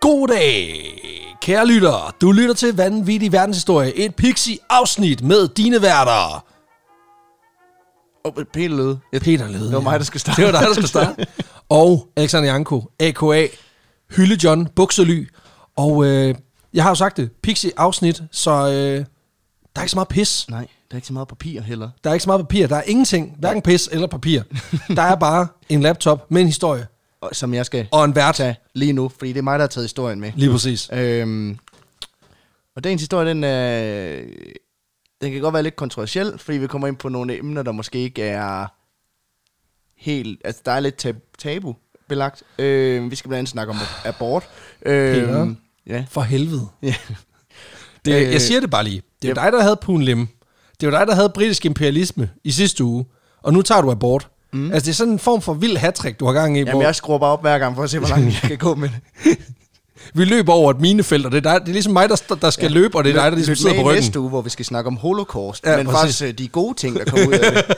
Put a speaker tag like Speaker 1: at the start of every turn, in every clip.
Speaker 1: Goddag, kære lyttere. Du lytter til Vanvittig Verdenshistorie, et pixie-afsnit med dine værter.
Speaker 2: Oh, Peter lød. Jeg-
Speaker 1: Peter Lede.
Speaker 2: Det var mig, der skulle starte.
Speaker 1: Det var dig, der skulle starte. Og Alexander Janko, a.k.a. Hylde John, Buksely. Og øh, jeg har jo sagt det, pixie-afsnit, så øh, der er ikke så meget pis.
Speaker 2: Nej, der er ikke så meget papir heller.
Speaker 1: Der er ikke så meget papir. Der er ingenting, hverken pis eller papir. Der er bare en laptop med en historie
Speaker 2: Og, som jeg skal
Speaker 1: og en vært.
Speaker 2: tage lige nu, fordi det er mig, der har taget historien med.
Speaker 1: Lige præcis.
Speaker 2: Øhm, og dagens historie, den, øh, den kan godt være lidt kontroversiel, fordi vi kommer ind på nogle emner, der måske ikke er helt... Altså, der er lidt tab- tabu belagt. Øh, vi skal blandt andet snakke om abort.
Speaker 1: Peter.
Speaker 2: Øh, ja.
Speaker 1: For helvede.
Speaker 2: ja.
Speaker 1: Det,
Speaker 2: Øh,
Speaker 1: jeg siger det bare lige. Det er jo dig, der havde Poon Lim. Det var dig, der havde britisk imperialisme i sidste uge. Og nu tager du abort. Mm. Altså, det er sådan en form for vild hat du har gang i.
Speaker 2: Jamen, jeg skruer bare op hver gang for at se, hvor langt jeg kan gå med det.
Speaker 1: Vi løber over et minefelt, og det er, dig, det er ligesom mig, der, st- der skal ja. løbe, og det er dig, der ligesom
Speaker 2: Lyt med
Speaker 1: sidder på
Speaker 2: i
Speaker 1: ryggen.
Speaker 2: næste uge, hvor vi skal snakke om holocaust,
Speaker 1: Ja,
Speaker 2: ja, men
Speaker 1: præcis.
Speaker 2: faktisk øh, de gode ting, der kommer ud af det.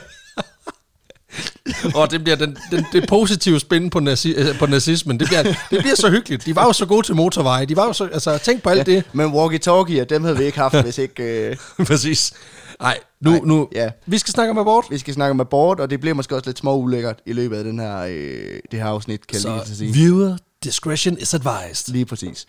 Speaker 1: Og det bliver den, den, det positive spin på, nazi, øh, på nazismen. Det bliver, det bliver så hyggeligt. De var jo så gode til motorveje. De var jo så, altså, tænk på alt ja. det.
Speaker 2: Men walkie-talkier, dem havde vi ikke haft, hvis ikke... Øh,
Speaker 1: Præcis. Nej, nu,
Speaker 2: Ej,
Speaker 1: nu.
Speaker 2: ja.
Speaker 1: Vi skal snakke om abort.
Speaker 2: vi skal snakke om abort, og det bliver måske også lidt små ulækkert i løbet af den her, øh, det her afsnit, kan jeg lige så
Speaker 1: Så
Speaker 2: sige.
Speaker 1: viewer discretion is advised.
Speaker 2: Lige præcis.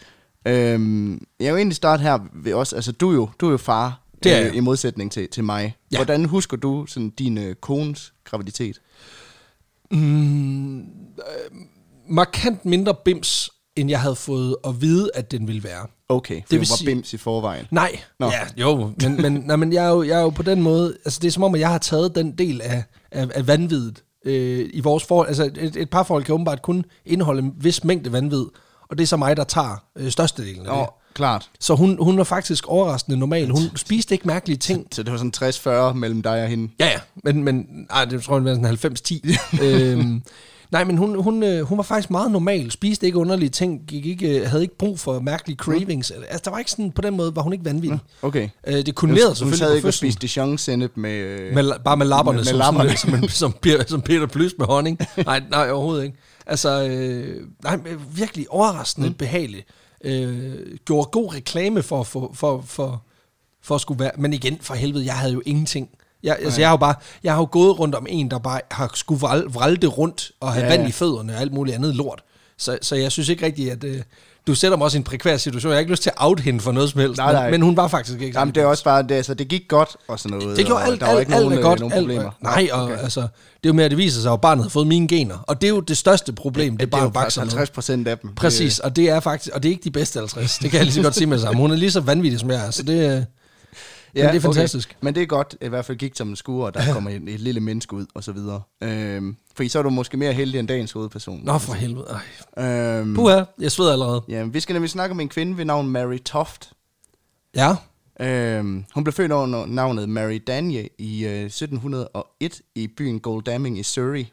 Speaker 2: Øhm, jeg vil egentlig starte her ved os. Altså, du er jo, du er jo far, øh,
Speaker 1: Det er jeg.
Speaker 2: i modsætning til, til mig.
Speaker 1: Ja.
Speaker 2: Ja. Hvordan husker du sådan, din øh, kones graviditet?
Speaker 1: Markant mindre bims, end jeg havde fået at vide, at den ville være.
Speaker 2: Okay, for
Speaker 1: vil
Speaker 2: det var
Speaker 1: sige-
Speaker 2: bims i forvejen.
Speaker 1: Nej.
Speaker 2: Nå.
Speaker 1: Ja, jo, men, men, nej, men jeg, er jo, jeg er jo på den måde, altså det er som om, at jeg har taget den del af, af, af vanviddet øh, i vores forhold. Altså et, et parforhold kan åbenbart kun indeholde en vis mængde vanvid, og det er så mig, der tager øh, størstedelen af
Speaker 2: Nå,
Speaker 1: det.
Speaker 2: klart.
Speaker 1: Så hun, hun er faktisk overraskende normal. Hun spiste ikke mærkelige ting.
Speaker 2: Så det var sådan 60-40 mellem dig og hende.
Speaker 1: Ja, ja, men, men ej, det tror jeg, det var sådan 90-10. øhm, nej, men hun, hun, øh, hun var faktisk meget normal, spiste ikke underlige ting, gik ikke, øh, havde ikke brug for mærkelige cravings.
Speaker 2: Mm.
Speaker 1: Altså, der var ikke sådan, på den måde var hun ikke vanvittig.
Speaker 2: Okay.
Speaker 1: Øh, det kulerede
Speaker 2: Mm. Hun
Speaker 1: selvfølgelig
Speaker 2: sad
Speaker 1: på
Speaker 2: ikke og
Speaker 1: fødslen.
Speaker 2: spiste dijon sennep med... Øh,
Speaker 1: Med, la- bare med lapperne,
Speaker 2: Med- med
Speaker 1: som,
Speaker 2: lapperne.
Speaker 1: Sådan, som, en- som, Peter, som Peter Plys med honning. Nej, nej, overhovedet ikke. Altså, øh, nej, men virkelig overraskende mm. behageligt. Øh, gjorde god reklame for, for, for, for, for at skulle være... Men igen, for helvede, jeg havde jo ingenting. Jeg, altså, jeg, har jo bare, jeg har jo gået rundt om en, der bare har skulle vral- vralde rundt og have ja,
Speaker 2: Ja,
Speaker 1: vand
Speaker 2: ja.
Speaker 1: i fødderne og alt muligt andet lort. Så, så jeg synes ikke rigtigt, at... Øh, du sætter mig også i en prekvær situation. Jeg har ikke lyst til at out hende for noget som helst.
Speaker 2: Nej, nej.
Speaker 1: Men, men hun var faktisk ikke
Speaker 2: Jamen,
Speaker 1: særlig
Speaker 2: det er også bare, det, altså, det gik godt og sådan noget.
Speaker 1: det gjorde
Speaker 2: og
Speaker 1: alt,
Speaker 2: der var
Speaker 1: alt,
Speaker 2: ikke
Speaker 1: alt
Speaker 2: nogen,
Speaker 1: er
Speaker 2: øh,
Speaker 1: godt.
Speaker 2: nogen
Speaker 1: alt,
Speaker 2: problemer.
Speaker 1: Nej, og okay. altså, det er jo med, at det viser sig, at barnet har fået mine gener. Og det er jo det største problem, det, det
Speaker 2: det er
Speaker 1: barn
Speaker 2: jo faktisk øh.
Speaker 1: bakser med.
Speaker 2: 50 procent af dem.
Speaker 1: Præcis, og det er faktisk, og det er ikke de bedste 50. Det kan jeg lige så godt sige med det samme. Hun er lige så vanvittig, som jeg er, så det, øh,
Speaker 2: Øh,
Speaker 1: men det er fantastisk.
Speaker 2: Okay. Men det er godt, i hvert fald gik som en skue, og der kommer et, et lille menneske ud, og så videre. Øhm, fordi så er du måske mere heldig end dagens hovedperson.
Speaker 1: Nå for helvede, ej.
Speaker 2: Øhm,
Speaker 1: Puha, jeg sveder allerede.
Speaker 2: ja, vi skal nemlig snakke om en kvinde ved navn Mary Toft.
Speaker 1: Ja,
Speaker 2: Øhm, hun blev født under navnet Mary Danye i øh, 1701 i byen Goldamming i Surrey.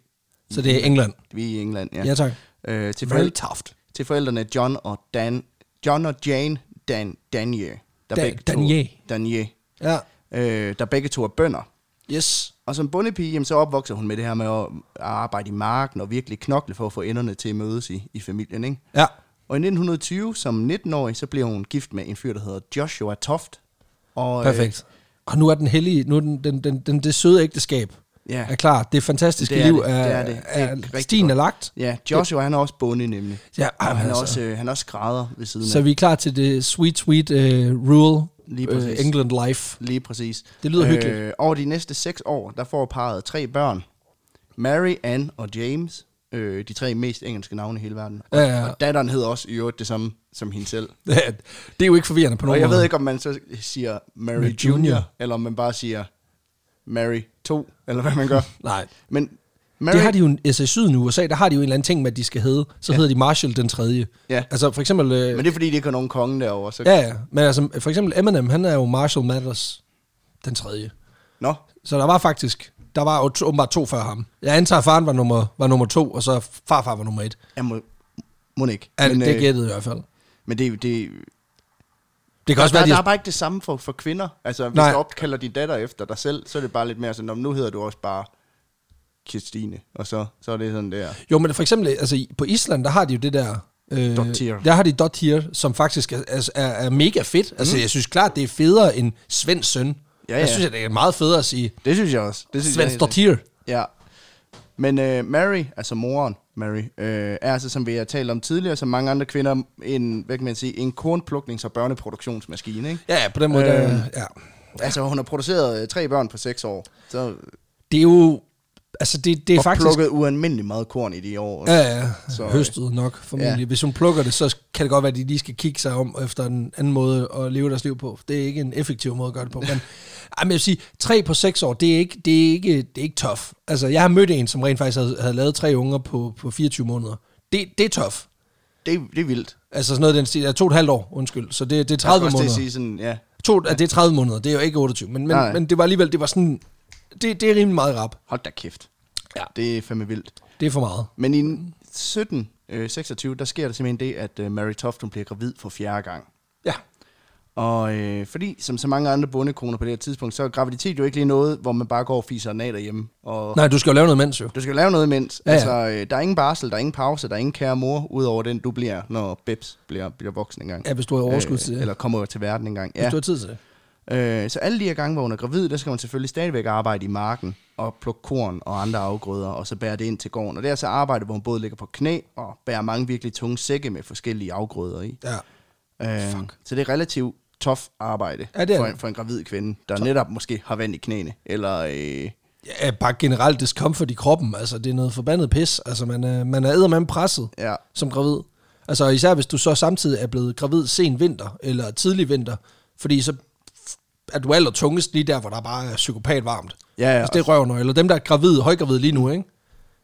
Speaker 1: så det er England.
Speaker 2: Vi er i England, ja.
Speaker 1: Ja tak.
Speaker 2: Øh, til,
Speaker 1: Very
Speaker 2: forældre,
Speaker 1: tough.
Speaker 2: til forældrene John og Dan, John og Jane Dan, Danier, der
Speaker 1: Da- Danier.
Speaker 2: To, Danier,
Speaker 1: Ja,
Speaker 2: øh, der begge to er bønder.
Speaker 1: yes.
Speaker 2: Og som bondepige, jamen, så opvokser hun med det her med at arbejde i marken og virkelig knokle for at få enderne til at mødes i, i familien. Ikke?
Speaker 1: Ja,
Speaker 2: Og i 1920, som 19-årig, så bliver hun gift med en fyr, der hedder Joshua Toft. Og,
Speaker 1: perfekt. Og nu er den hellige, nu er den, den, den, den det søde ægteskab
Speaker 2: Ja.
Speaker 1: er klar. Det fantastiske
Speaker 2: Det er
Speaker 1: liv
Speaker 2: det.
Speaker 1: er,
Speaker 2: Det er det. Det er
Speaker 1: er,
Speaker 2: rigtig
Speaker 1: stien er
Speaker 2: godt.
Speaker 1: lagt.
Speaker 2: Øh, ja, Joshua han er også bonde nemlig.
Speaker 1: Ja, ej,
Speaker 2: og han,
Speaker 1: altså.
Speaker 2: er også, øh, han er også skrædder ved siden
Speaker 1: Så
Speaker 2: af.
Speaker 1: vi er klar til det sweet, sweet uh, rural
Speaker 2: Lige
Speaker 1: øh,
Speaker 2: præcis.
Speaker 1: England life.
Speaker 2: Lige præcis. Øh,
Speaker 1: Det lyder hyggeligt.
Speaker 2: Over de næste seks år, der får parret tre børn. Mary, Anne og James. Øh, de tre mest engelske navne i hele verden. Og,
Speaker 1: Ja, ja.
Speaker 2: og datteren hedder også i øvrigt det samme som hende selv.
Speaker 1: det er jo ikke forvirrende på nogen
Speaker 2: Og jeg
Speaker 1: måde.
Speaker 2: ved ikke, om man så siger Mary
Speaker 1: Mary
Speaker 2: Junior,
Speaker 1: Junior.
Speaker 2: eller om man bare siger Mary 2, eller hvad man gør.
Speaker 1: Nej.
Speaker 2: Men Mary,
Speaker 1: Det har de jo, altså i syden i USA, der har de jo en eller anden ting med, at de skal hedde. Så ja. hedder de Marshall den tredje.
Speaker 2: Ja.
Speaker 1: Altså for eksempel... Øh,
Speaker 2: men det er fordi, det ikke har nogen konge derovre. Så...
Speaker 1: ja, ja. Men altså for eksempel Eminem, han er jo Marshall Mathers den tredje.
Speaker 2: Nå,
Speaker 1: Så der var faktisk... Der var jo to- åbenbart to før ham. Jeg antager, at faren var nummer, var nummer to, og så farfar var nummer et.
Speaker 2: jeg må, må ikke.
Speaker 1: Altså, det
Speaker 2: øh,
Speaker 1: gættede jeg i hvert fald.
Speaker 2: men det, er jo- det,
Speaker 1: Det kan også
Speaker 2: der,
Speaker 1: være, de
Speaker 2: der
Speaker 1: har-
Speaker 2: er bare ikke det samme for, for kvinder. Altså, hvis
Speaker 1: Nej.
Speaker 2: du opkalder din datter efter dig selv, så er det bare lidt mere sådan, "Nå, men nu hedder du også bare Kirstine, og så, så er det sådan der.
Speaker 1: Jo, men for eksempel altså, i- på Island, der har de jo det der... Øh,
Speaker 2: Dottir.
Speaker 1: Der har de Dottir, som faktisk er, er, er- er mega fedt. Altså, mm. jeg synes klart, det er federe end Svends søn. Ja,
Speaker 2: Ja,
Speaker 1: ja. Jeg
Speaker 2: ja.
Speaker 1: synes, det er meget federe at sige
Speaker 2: Det synes jeg også. Det synes jeg
Speaker 1: Svends
Speaker 2: helt sikkert.
Speaker 1: Dottir.
Speaker 2: Ja. Men øh, Mary, altså moren Mary, øh, er altså, som vi har talt om tidligere, som mange andre kvinder, en, hvad kan man sige, en kornpluknings- og børneproduktionsmaskine, ikke?
Speaker 1: Ja, ja, på den måde.
Speaker 2: Øh.
Speaker 1: Øh. Ja.
Speaker 2: Altså, hun har produceret øh, tre børn på seks år, så,
Speaker 1: Det er jo... Altså, det, det er
Speaker 2: og faktisk...
Speaker 1: faktisk...
Speaker 2: plukket ualmindelig meget korn i de år.
Speaker 1: Ja, ja,
Speaker 2: Så,
Speaker 1: så,
Speaker 2: øh,
Speaker 1: høstet nok formentlig.
Speaker 2: ja.
Speaker 1: Ja. Hvis hun plukker det, så kan det godt være, at de lige skal kigge sig om efter en anden måde at leve deres liv på. Det er ikke en effektiv måde at gøre det på. Men, ej, men jeg vil sige, tre på seks år, det er ikke, det er ikke, det er ikke tough. Altså, jeg har mødt en, som rent faktisk havde, havde lavet tre unger på, på 24 måneder. Det, det er tough.
Speaker 2: Det, det er vildt.
Speaker 1: Altså sådan noget, i den stil, ja, to og et halvt år, undskyld. Så det, det er
Speaker 2: Jeg skulle
Speaker 1: 30
Speaker 2: også til at
Speaker 1: måneder.
Speaker 2: sige sådan, ja.
Speaker 1: To, ja, det er 30 måneder, det er jo ikke 28. Men, men,
Speaker 2: Nej.
Speaker 1: men det var alligevel, det var sådan, det, det er rimelig meget rap.
Speaker 2: Hold da kæft.
Speaker 1: Ja.
Speaker 2: Det er fandme vildt.
Speaker 1: Det er for meget.
Speaker 2: Men i 17, øh, 26, der sker der simpelthen det, at øh, Mary Toft, hun bliver gravid for fjerde gang.
Speaker 1: Ja.
Speaker 2: Og øh, fordi, som så mange andre bondekoner på det her tidspunkt, så er graviditet jo ikke lige noget, hvor man bare går og fiser nat derhjemme. Og
Speaker 1: Nej, du skal jo lave noget mens jo.
Speaker 2: Du skal jo lave noget imens. Ja,
Speaker 1: Ja,
Speaker 2: ja.
Speaker 1: ja.
Speaker 2: Altså, øh, der er ingen barsel, der er ingen pause, der er ingen kære mor, udover den, du bliver, når Bebs bliver, bliver voksen engang. Øh,
Speaker 1: Ja, hvis du har overskud til det.
Speaker 2: Eller kommer til verden engang.
Speaker 1: Hvis
Speaker 2: Ja.
Speaker 1: du har tid til det.
Speaker 2: Øh, så alle de her gange, hvor hun er gravid, der skal hun selvfølgelig stadigvæk arbejde i marken og plukke korn og andre afgrøder, og så bære det ind til gården. Og det er altså arbejde, hvor hun både ligger på knæ og bærer mange virkelig tunge sække med forskellige afgrøder i.
Speaker 1: Ja.
Speaker 2: Øh, så det er relativt tough arbejde
Speaker 1: Ja, det er
Speaker 2: for,
Speaker 1: det.
Speaker 2: en, for en gravid kvinde, der netop måske har vand i knæene, eller øh,
Speaker 1: Ja, bare generelt discomfort i kroppen. Altså, det er noget forbandet pis. Altså, man er, man er eddermame presset
Speaker 2: ja,
Speaker 1: som gravid. Altså, især hvis du så samtidig er blevet gravid sen vinter, eller tidlig vinter, fordi så er du aller tungest lige der, hvor der bare er psykopat varmt.
Speaker 2: Ja, ja,
Speaker 1: altså, det er røvnøgler. Dem, der er gravide, højgravide lige nu, ikke?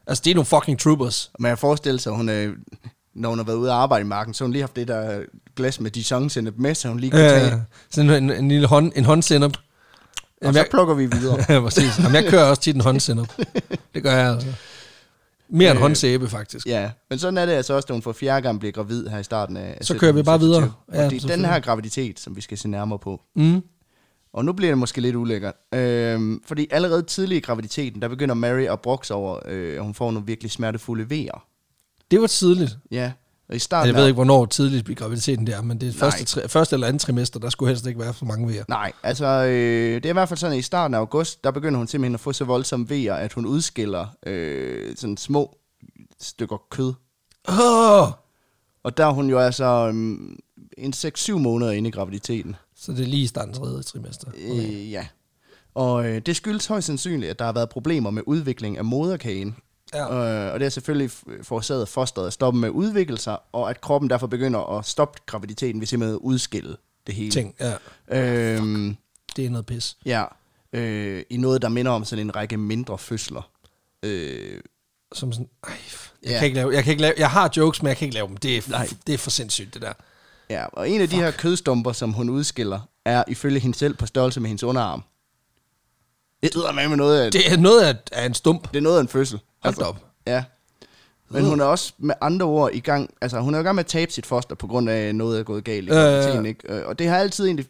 Speaker 1: Altså, det er nogle fucking troopers.
Speaker 2: Man kan forestille sig, hun, øh, når hun har været ude at arbejde i marken, så har hun lige haft det der glas med dijon sennep med, så hun lige kan tage.
Speaker 1: Øh, sådan en, en lille hånd, en håndsender.
Speaker 2: Og så plukker vi videre.
Speaker 1: Ja, præcis. Jamen, jeg kører også tit en håndsinder. Det gør jeg altså. Mere end
Speaker 2: Øh,
Speaker 1: håndsæbe, faktisk.
Speaker 2: ja, men sådan er det altså også, når hun for fjerde gang bliver gravid her i starten af...
Speaker 1: Så kører vi bare videre.
Speaker 2: Ja,
Speaker 1: Ja,
Speaker 2: og det er den her
Speaker 1: selvfølgelig.
Speaker 2: graviditet, som vi skal se nærmere på.
Speaker 1: Mm.
Speaker 2: Og nu bliver det måske lidt ulækkert. Øhm, fordi allerede tidlig i graviditeten, der begynder Mary at brokse over, øh, at hun får nogle virkelig smertefulde vejer.
Speaker 1: Det var tidligt.
Speaker 2: Ja, og i
Speaker 1: Ja,
Speaker 2: starten...
Speaker 1: jeg ved
Speaker 2: af-
Speaker 1: ikke, hvornår tidligt bliver graviditeten der, men det er første, tri- første eller andet trimester, der skulle helst ikke være for mange vejer.
Speaker 2: Nej, altså øh, det er i hvert fald sådan, at i starten af august, der begynder hun simpelthen at få så voldsomme vejer, at hun udskiller øh, sådan små stykker kød.
Speaker 1: Åh!
Speaker 2: Og der er hun jo altså øhm, en 6-7 måneder inde i graviditeten.
Speaker 1: Så det er lige i starten af tredje trimester. Okay.
Speaker 2: Øh, ja. Og øh, det skyldes højst sandsynligt, at der har været problemer med udvikling af moderkagen.
Speaker 1: Ja.
Speaker 2: Øh, og det er selvfølgelig f- forårsaget af fosteret at stoppe med at udvikle sig, og at kroppen derfor begynder at stoppe graviditeten ved simpelthen at udskille det hele.
Speaker 1: Ting, ja.
Speaker 2: Øhm,
Speaker 1: Det er noget pis.
Speaker 2: Ja, øh, i noget, der minder om sådan en række mindre fødsler. Øh,
Speaker 1: Som sådan, ej, f- jeg,
Speaker 2: Ja.
Speaker 1: ja. kan ikke lave, jeg, kan ikke lave, jeg har jokes, men jeg kan ikke lave dem. Det er,
Speaker 2: Nej.
Speaker 1: det er for sindssygt, det der.
Speaker 2: ja, og en af Fuck. de her kødstumper, som hun udskiller, er ifølge hende selv på størrelse med hendes underarm. Det lyder med med noget af, det,
Speaker 1: Det er noget af, af en stump.
Speaker 2: det er noget af en fødsel. Altså.
Speaker 1: Hold da op.
Speaker 2: Ja. Men
Speaker 1: Øh.
Speaker 2: hun er også med andre ord i gang, altså hun er i gang med at tabe sit foster på grund af noget, der er gået galt i
Speaker 1: Ja, ja, ja.
Speaker 2: graviditeten, ikke? Øh, Og det har jeg altid egentlig,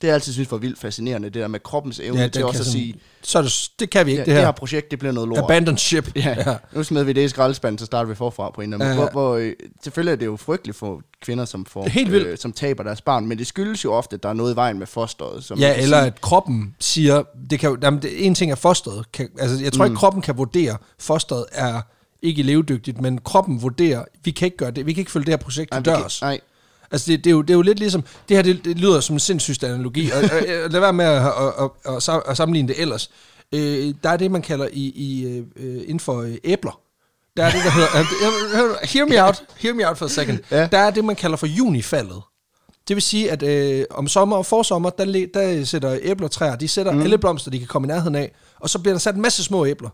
Speaker 2: det har jeg altid synes var vildt fascinerende, det der med kroppens evne ja,
Speaker 1: den
Speaker 2: til også
Speaker 1: kan
Speaker 2: at sige,
Speaker 1: Så er det, s- det kan vi ikke,
Speaker 2: ja,
Speaker 1: det her. Det
Speaker 2: projekt, det bliver noget lort.
Speaker 1: Abandon ship.
Speaker 2: Ja, ja. nu smed vi det i skraldespanden, så starter vi forfra på en eller anden
Speaker 1: Ja,
Speaker 2: måde.
Speaker 1: ja.
Speaker 2: Hvor, hvor, øh, selvfølgelig er det jo frygteligt for kvinder, som, får, øh,
Speaker 1: Helt vildt.
Speaker 2: som taber deres barn, men det skyldes jo ofte, at der er noget i vejen med fosteret. Som man
Speaker 1: Ja,
Speaker 2: kan
Speaker 1: eller
Speaker 2: sige.
Speaker 1: at kroppen siger, det kan jo, jamen, det, en ting er fosteret, kan, altså jeg tror mm. ikke, kroppen kan vurdere, fosteret er ikke levedygtigt, men kroppen vurderer, vi kan ikke gøre det, vi kan ikke følge det her projekt
Speaker 2: Nej,
Speaker 1: til
Speaker 2: vi kan-
Speaker 1: dørs.
Speaker 2: Nej,
Speaker 1: Altså det, det, er jo, det er jo lidt ligesom, det her det, det lyder som en sindssyg analogi, og, og, og lad være med at, at, at, at, sam- at sammenligne det ellers. Øh, der er det, man kalder i, i, øh, øh, inden for øh, æbler, der er det, der hedder, øh, hør- hear me out, hear me out for a second,
Speaker 2: Ja.
Speaker 1: ja. der er det, man kalder for junifaldet. Det vil sige, at øh, om sommer og forsommer, der, le- der sætter æblertræer, de sætter mm. alle blomster, de kan komme i nærheden af, og så bliver der sat en masse små æbler.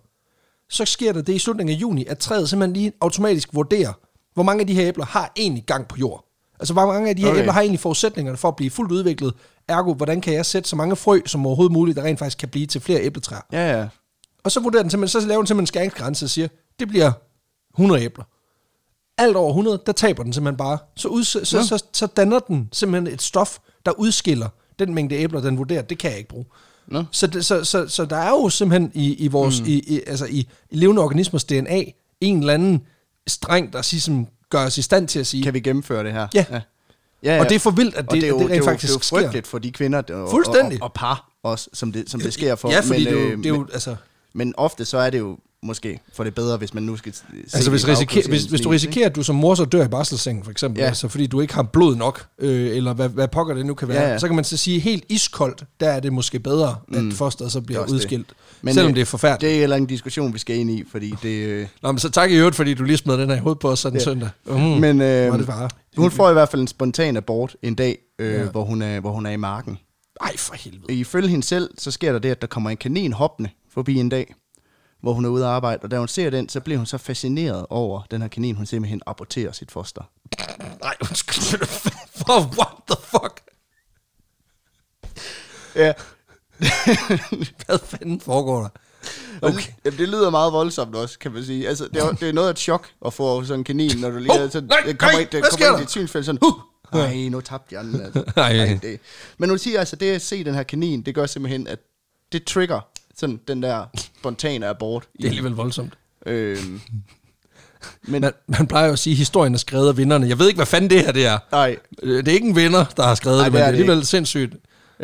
Speaker 1: Så sker der det i slutningen af juni, at træet simpelthen lige automatisk vurderer, hvor mange af de her æbler har egentlig gang på jord. Altså, hvor mange af de her
Speaker 2: Okay.
Speaker 1: okay. æbler har egentlig forudsætningerne for at blive fuldt udviklet. Ergo, hvordan kan jeg sætte så mange frø som overhovedet muligt, der rent faktisk kan blive til flere æbletræer?
Speaker 2: ja, ja.
Speaker 1: Og så vurderer den simpelthen, så laver den simpelthen en skæringsgrænse og siger, det bliver 100 æbler. alt over 100, der taber den simpelthen bare. Så, ud, så, så,
Speaker 2: Nå.
Speaker 1: så, så danner den simpelthen et stof, der udskiller den mængde æbler, den vurderer, det kan jeg ikke bruge.
Speaker 2: Nå.
Speaker 1: Så, det- så, så, så der er jo simpelthen i, i vores mm. i, i, altså i, i levende organismers DNA en eller anden streng, der ligesom gør os i stand til at sige,
Speaker 2: Kan vi gennemføre det her?
Speaker 1: Ja.
Speaker 2: ja. ja, ja.
Speaker 1: Og det er for vildt, at det,
Speaker 2: Og det, er jo,
Speaker 1: det rent
Speaker 2: det er jo,
Speaker 1: faktisk
Speaker 2: det er jo
Speaker 1: sker.
Speaker 2: frygteligt for de kvinder der, og,
Speaker 1: Fuldstændig.
Speaker 2: Og, og, par også, som det, som det sker for.
Speaker 1: Ja, fordi men, det, er jo,
Speaker 2: øh,
Speaker 1: det er jo,
Speaker 2: men,
Speaker 1: altså,
Speaker 2: men ofte så er det jo måske for det bedre, hvis man nu skal se
Speaker 1: altså
Speaker 2: det
Speaker 1: hvis,
Speaker 2: i
Speaker 1: risiker, hvis,
Speaker 2: bagklodskabens
Speaker 1: hvis du
Speaker 2: lys, ikke?
Speaker 1: risikerer, at du som mor så dør i barselssengen, for eksempel, ja.
Speaker 2: Ja.
Speaker 1: altså, fordi du ikke har blod nok, øh, eller hvad, hvad pokker det nu kan være, ja,
Speaker 2: Ja,
Speaker 1: ja.
Speaker 2: ja.
Speaker 1: så kan man så sige, helt iskoldt, der er det måske bedre, at fosteret så bliver
Speaker 2: Det er også det.
Speaker 1: udskilt. Men, selvom det er forfærdeligt.
Speaker 2: Det er heller en diskussion, vi skal ind i, fordi det... Øh,
Speaker 1: Nå, men så tak i øvrigt, fordi du lige smed den her i hovedet på os sådan en
Speaker 2: Ja.
Speaker 1: søndag. Mm.
Speaker 2: men øh,
Speaker 1: Hvor er det bare.
Speaker 2: hun får i hvert fald en spontan abort en dag, øh,
Speaker 1: Ja.
Speaker 2: ja. hvor, hun er, hvor hun er i marken.
Speaker 1: Ej, for helvede.
Speaker 2: Ifølge hende selv, så sker der det, at der kommer en kanin hoppende forbi en dag, hvor hun er ude at arbejde, og da hun ser den, så bliver hun så fascineret over den her kanin, hun simpelthen aborterer sit foster.
Speaker 1: Nej, undskyld. For what the fuck?
Speaker 2: Ja,
Speaker 1: Hvad fanden foregår der? Okay.
Speaker 2: okay. Jamen, det lyder meget voldsomt også, kan man sige. Altså, det er, det er noget af et chok at få sådan en kanin, når du lige
Speaker 1: Hov,
Speaker 2: oh, sådan,
Speaker 1: nej,
Speaker 2: det kommer
Speaker 1: nej,
Speaker 2: ind, det
Speaker 1: hvad sker
Speaker 2: kommer ind
Speaker 1: der?
Speaker 2: i et synsfelt sådan, huh, nej, nu tabte jeg den. Altså.
Speaker 1: Ej.
Speaker 2: det. Men hun siger altså, det at se den her kanin, det gør simpelthen, at det trigger sådan den der spontane abort.
Speaker 1: Det er alligevel voldsomt.
Speaker 2: Øhm,
Speaker 1: Men man, man plejer jo at sige, at historien er skrevet af vinderne. Jeg ved ikke, hvad fanden det her det er.
Speaker 2: nej,
Speaker 1: Øh, Det er ikke en vinder, der har skrevet
Speaker 2: Nej,
Speaker 1: Ej, det, men det
Speaker 2: det er
Speaker 1: er
Speaker 2: det
Speaker 1: alligevel sindssygt.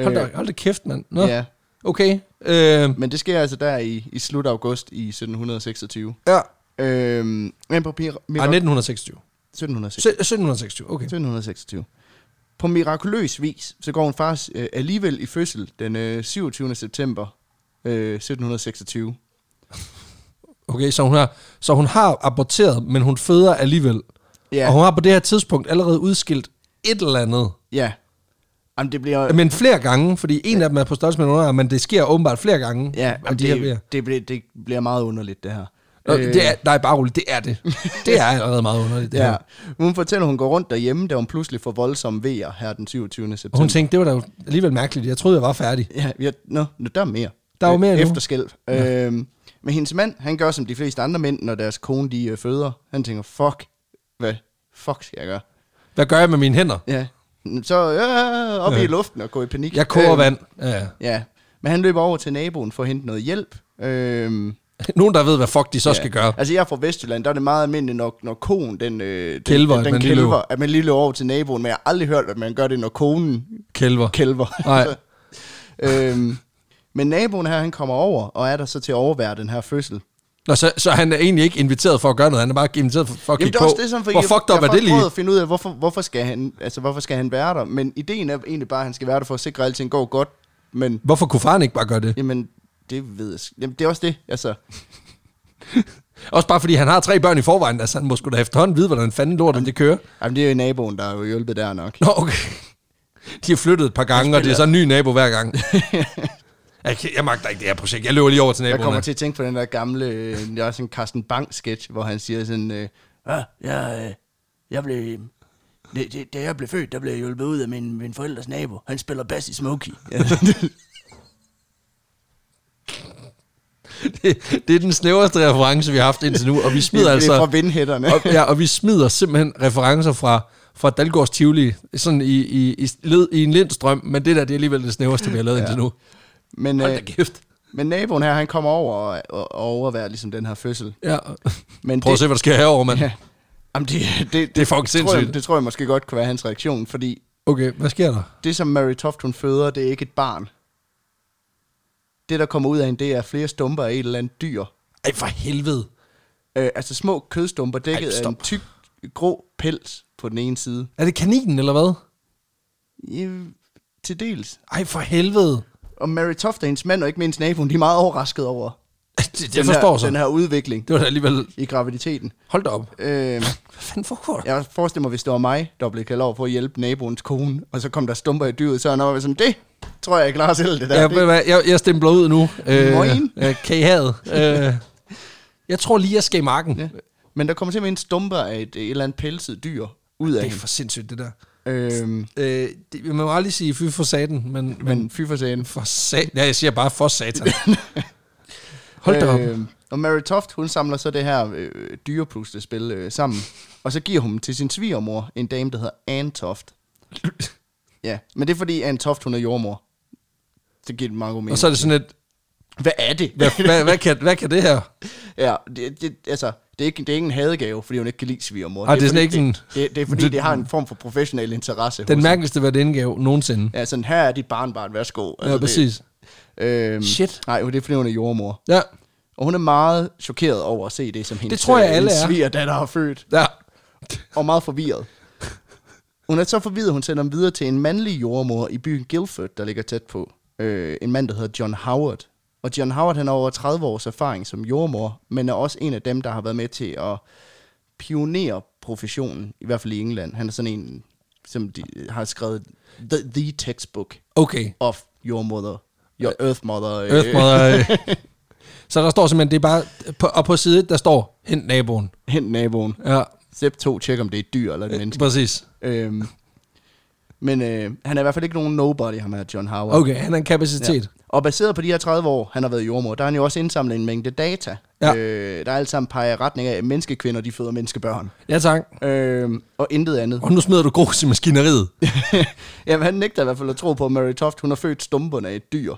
Speaker 1: Hold da,
Speaker 2: Øh.
Speaker 1: hold da kæft, mand. Nå,
Speaker 2: ja.
Speaker 1: okay. Øh,
Speaker 2: Men det sker altså der i, i slut august i 1726.
Speaker 1: ja.
Speaker 2: Øhm, men på pir-
Speaker 1: Ej,
Speaker 2: mirak-
Speaker 1: 1926.
Speaker 2: 1726.
Speaker 1: Se- 1726, okay.
Speaker 2: 1726. På mirakuløs vis, så går hun faktisk øh, alligevel i fødsel den øh, 27. september øh, 1726.
Speaker 1: Okay, så hun, har, så hun har aborteret, men hun føder alligevel. Ja.
Speaker 2: Ja.
Speaker 1: Og hun har på det her tidspunkt allerede udskilt et eller andet.
Speaker 2: Ja. Jamen, det bliver...
Speaker 1: Men flere gange, fordi en af dem er på størrelse med en underarm, men det sker åbenbart flere gange.
Speaker 2: ja,
Speaker 1: om
Speaker 2: og
Speaker 1: de her bliver.
Speaker 2: det, det, bliver, det bliver meget underligt, det her.
Speaker 1: Nå, det er, nej, bare roligt, det er det. Det er allerede meget underligt. Det
Speaker 2: Øh, Ja.
Speaker 1: ja.
Speaker 2: Hun fortæller, hun går rundt derhjemme, da hun pludselig får voldsomme vejer her den 27.
Speaker 1: Og
Speaker 2: september.
Speaker 1: hun tænkte, det var da jo alligevel mærkeligt. Jeg troede, jeg var færdig.
Speaker 2: Ja, vi har, nå, nå, der er mere.
Speaker 1: Der er jo
Speaker 2: Øh,
Speaker 1: mere nu.
Speaker 2: Efterskælv. Øhm, men hendes mand, han gør som de fleste andre mænd, når deres kone de øh, føder. Han tænker, fuck, hvad fuck skal jeg gøre?
Speaker 1: Hvad gør jeg med mine hænder?
Speaker 2: Ja. Så øh, op
Speaker 1: Ja.
Speaker 2: i luften og gå i panik.
Speaker 1: Jeg koger
Speaker 2: Øhm,
Speaker 1: vand. Ja.
Speaker 2: Ja. Men han løber over til naboen for at hente noget hjælp. Øhm,
Speaker 1: Nogen, der ved, hvad fuck de så
Speaker 2: ja.
Speaker 1: ja. skal gøre.
Speaker 2: Altså, jeg er fra Vestjylland, der er det meget almindeligt, når, når konen, den, øh, den
Speaker 1: Kælver, at
Speaker 2: den,
Speaker 1: man
Speaker 2: den
Speaker 1: lige løber.
Speaker 2: kælver, at man lige løber over til naboen, men jeg har aldrig hørt, at man gør det, når konen
Speaker 1: Kælver.
Speaker 2: kælver.
Speaker 1: Nej.
Speaker 2: øhm, men naboen her, han kommer over, og er der så til at overvære den her fødsel.
Speaker 1: Nå, så, så han er egentlig ikke inviteret for at gøre noget, han er bare inviteret for, for at
Speaker 2: Jamen,
Speaker 1: kigge
Speaker 2: det
Speaker 1: på.
Speaker 2: er også det, som, for
Speaker 1: Hvor
Speaker 2: jeg-
Speaker 1: fucked up
Speaker 2: jeg
Speaker 1: er
Speaker 2: har
Speaker 1: det
Speaker 2: faktisk
Speaker 1: lige?
Speaker 2: prøvet at finde ud af, hvorfor, hvorfor, skal han, altså, hvorfor skal han være der. Men ideen er egentlig bare, at han skal være der for at sikre, at alting går godt. Men
Speaker 1: Hvorfor kunne faren ikke bare gøre det?
Speaker 2: jamen, det ved jeg. sk- Jamen, det er også det. Altså,
Speaker 1: Også bare fordi han har tre børn i forvejen, altså han må sgu da efterhånden vide, hvordan fanden lortet det kører.
Speaker 2: jamen, det er jo naboen, der har jo hjulpet der nok.
Speaker 1: Nå, okay. De har flyttet et par gange, og det er så en ny nabo hver gang. Jeg, kan- jeg magter ikke det her projekt. Jeg løber lige over til
Speaker 2: Jeg
Speaker 1: naboen.
Speaker 2: kommer
Speaker 1: her.
Speaker 2: til at tænke på den der gamle, øh, der er sådan en Carsten Bang-sketch, hvor han siger sådan, øh, "Ah, jeg, øh, jeg blev, da, da- da jeg blev født, der blev jeg hjulpet ud af min, min forældres nabo. Han spiller bass i Smokey.
Speaker 1: Det, det er den snævreste reference, vi har haft indtil nu, og vi
Speaker 2: Det
Speaker 1: smider
Speaker 2: er
Speaker 1: altså...
Speaker 2: fra vindhætterne.
Speaker 1: og, ja, og vi smider simpelthen referencer fra, fra Dalgårds Tivoli, sådan i, i, i, led, i en lindstrøm, men det der, det er alligevel det snævreste, vi har lavet ja. indtil nu.
Speaker 2: Men,
Speaker 1: Hold
Speaker 2: øh,
Speaker 1: da kæft.
Speaker 2: men naboen her, han kommer over og, og, og overværer ligesom den her fødsel.
Speaker 1: Ja.
Speaker 2: Men
Speaker 1: Prøv at se, hvad der sker herovre, mand.
Speaker 2: Ja. Jamen, det, det, det,
Speaker 1: Det er fucking
Speaker 2: tror
Speaker 1: sindssygt.
Speaker 2: jeg, det tror jeg måske godt kunne være hans reaktion, fordi
Speaker 1: Okay, hvad sker der?
Speaker 2: det, som Mary Toft, hun føder, det er ikke et barn. Det, der kommer ud af hende, det er flere stumper af et eller andet dyr.
Speaker 1: Ej, for helvede.
Speaker 2: Øh, altså små kødstumper dækket
Speaker 1: Ej,
Speaker 2: Ej, af
Speaker 1: stop.
Speaker 2: en tyk, grå pels på den ene side.
Speaker 1: Er det kaninen, eller hvad?
Speaker 2: Ja, til dels.
Speaker 1: Ej, for helvede.
Speaker 2: Og Mary Toft og hendes mand, og ikke mindst naboen, de er meget overrasket over
Speaker 1: Det, det
Speaker 2: den,
Speaker 1: forstår
Speaker 2: her,
Speaker 1: sig.
Speaker 2: den her udvikling
Speaker 1: Det var da alligevel...
Speaker 2: i graviditeten.
Speaker 1: Hold da op.
Speaker 2: Øh,
Speaker 1: Hvad fanden foregår der?
Speaker 2: jeg forestiller mig, hvis det var mig, der blev kaldt over for at hjælpe naboens kone, og så kom der stumper i dyret, så er han over sådan, det tror jeg, jeg klarer selv det der.
Speaker 1: Ja,
Speaker 2: det,
Speaker 1: jeg, jeg, jeg, jeg stempler ud nu.
Speaker 2: Moin.
Speaker 1: øh, kan I have det? øh, Jeg tror lige, jeg skal i marken.
Speaker 2: Ja.
Speaker 1: Ja.
Speaker 2: Men der kommer simpelthen stumper af et, et eller andet pelset dyr ud af
Speaker 1: Det er
Speaker 2: hende.
Speaker 1: for sindssygt, det der.
Speaker 2: Øhm,
Speaker 1: Øh, det, man må aldrig sige, fy for saten, men, men
Speaker 2: men fy for sagen. Øh,
Speaker 1: For satan. Ja, jeg siger bare for satan. Hold da op.
Speaker 2: Øhm, Og Mary Toft, hun samler så det her øh, dyrepuslespil øh, sammen, og så giver hun dem til sin svigermor, en dame, der hedder Anne Toft. Ja, men det er fordi Anne Toft, hun er jordmor. Det giver det meget god mening.
Speaker 1: Og så er det sådan et,
Speaker 2: hvad er det?
Speaker 1: hvad, hvad, hvad, kan, hvad kan det her?
Speaker 2: Ja, det, det, altså, det er, ikke, det er ikke en hadegave, fordi hun ikke kan lide svigermor.
Speaker 1: Ej, Ah, det er sådan
Speaker 2: fordi,
Speaker 1: ikke
Speaker 2: det, det, det, er fordi, det, det har en form for professionel interesse.
Speaker 1: Den
Speaker 2: hos-
Speaker 1: mærkeligste værdindgave nogensinde.
Speaker 2: Ja, sådan, her er dit barnbarn, værsgo.
Speaker 1: Ja, præcis.
Speaker 2: Det, øhm,
Speaker 1: Shit.
Speaker 2: Nej, det er fordi, hun er jordmor.
Speaker 1: Ja,
Speaker 2: Og hun er meget chokeret over at se det, som hendes,
Speaker 1: tror jeg,
Speaker 2: øh,
Speaker 1: alle er.
Speaker 2: svigerdatter har født.
Speaker 1: ja.
Speaker 2: Og meget forvirret. Hun er så forvirret, hun sender dem videre til en mandlig jordmor i byen Guildford, der ligger tæt på. Øh, en mand, der hedder John Howard. Og John Howard, han har over 30 års erfaring som jordmor, men er også en af dem, der har været med til at pionere professionen, i hvert fald i England. Han er sådan en, som de har skrevet The, the Textbook
Speaker 1: Okay.
Speaker 2: of Your Mother. Your Earth Mother. øh,
Speaker 1: Earth Mother. øh. så der står simpelthen, det er bare... På, og på side et, der står, hent naboen.
Speaker 2: Hent naboen.
Speaker 1: Ja,
Speaker 2: Step 2, tjek om det er et dyr eller
Speaker 1: Øh,
Speaker 2: et menneske.
Speaker 1: præcis.
Speaker 2: Øhm, men øh, han er i hvert fald ikke nogen nobody, ham her John Howard.
Speaker 1: Okay, han har en kapacitet.
Speaker 2: Ja. Og baseret på de her 30 år, han har været jordmor, der har han jo også indsamlet en mængde data,
Speaker 1: Ja.
Speaker 2: øh, der alt sammen peger i retning af, at menneskekvinder de føder menneskebørn.
Speaker 1: Ja, ja tak.
Speaker 2: Øh, og intet andet.
Speaker 1: Og nu smider du grus i maskineriet.
Speaker 2: Jamen, han nægter i hvert fald at tro på, at Mary Toft hun har født stumperne af et dyr.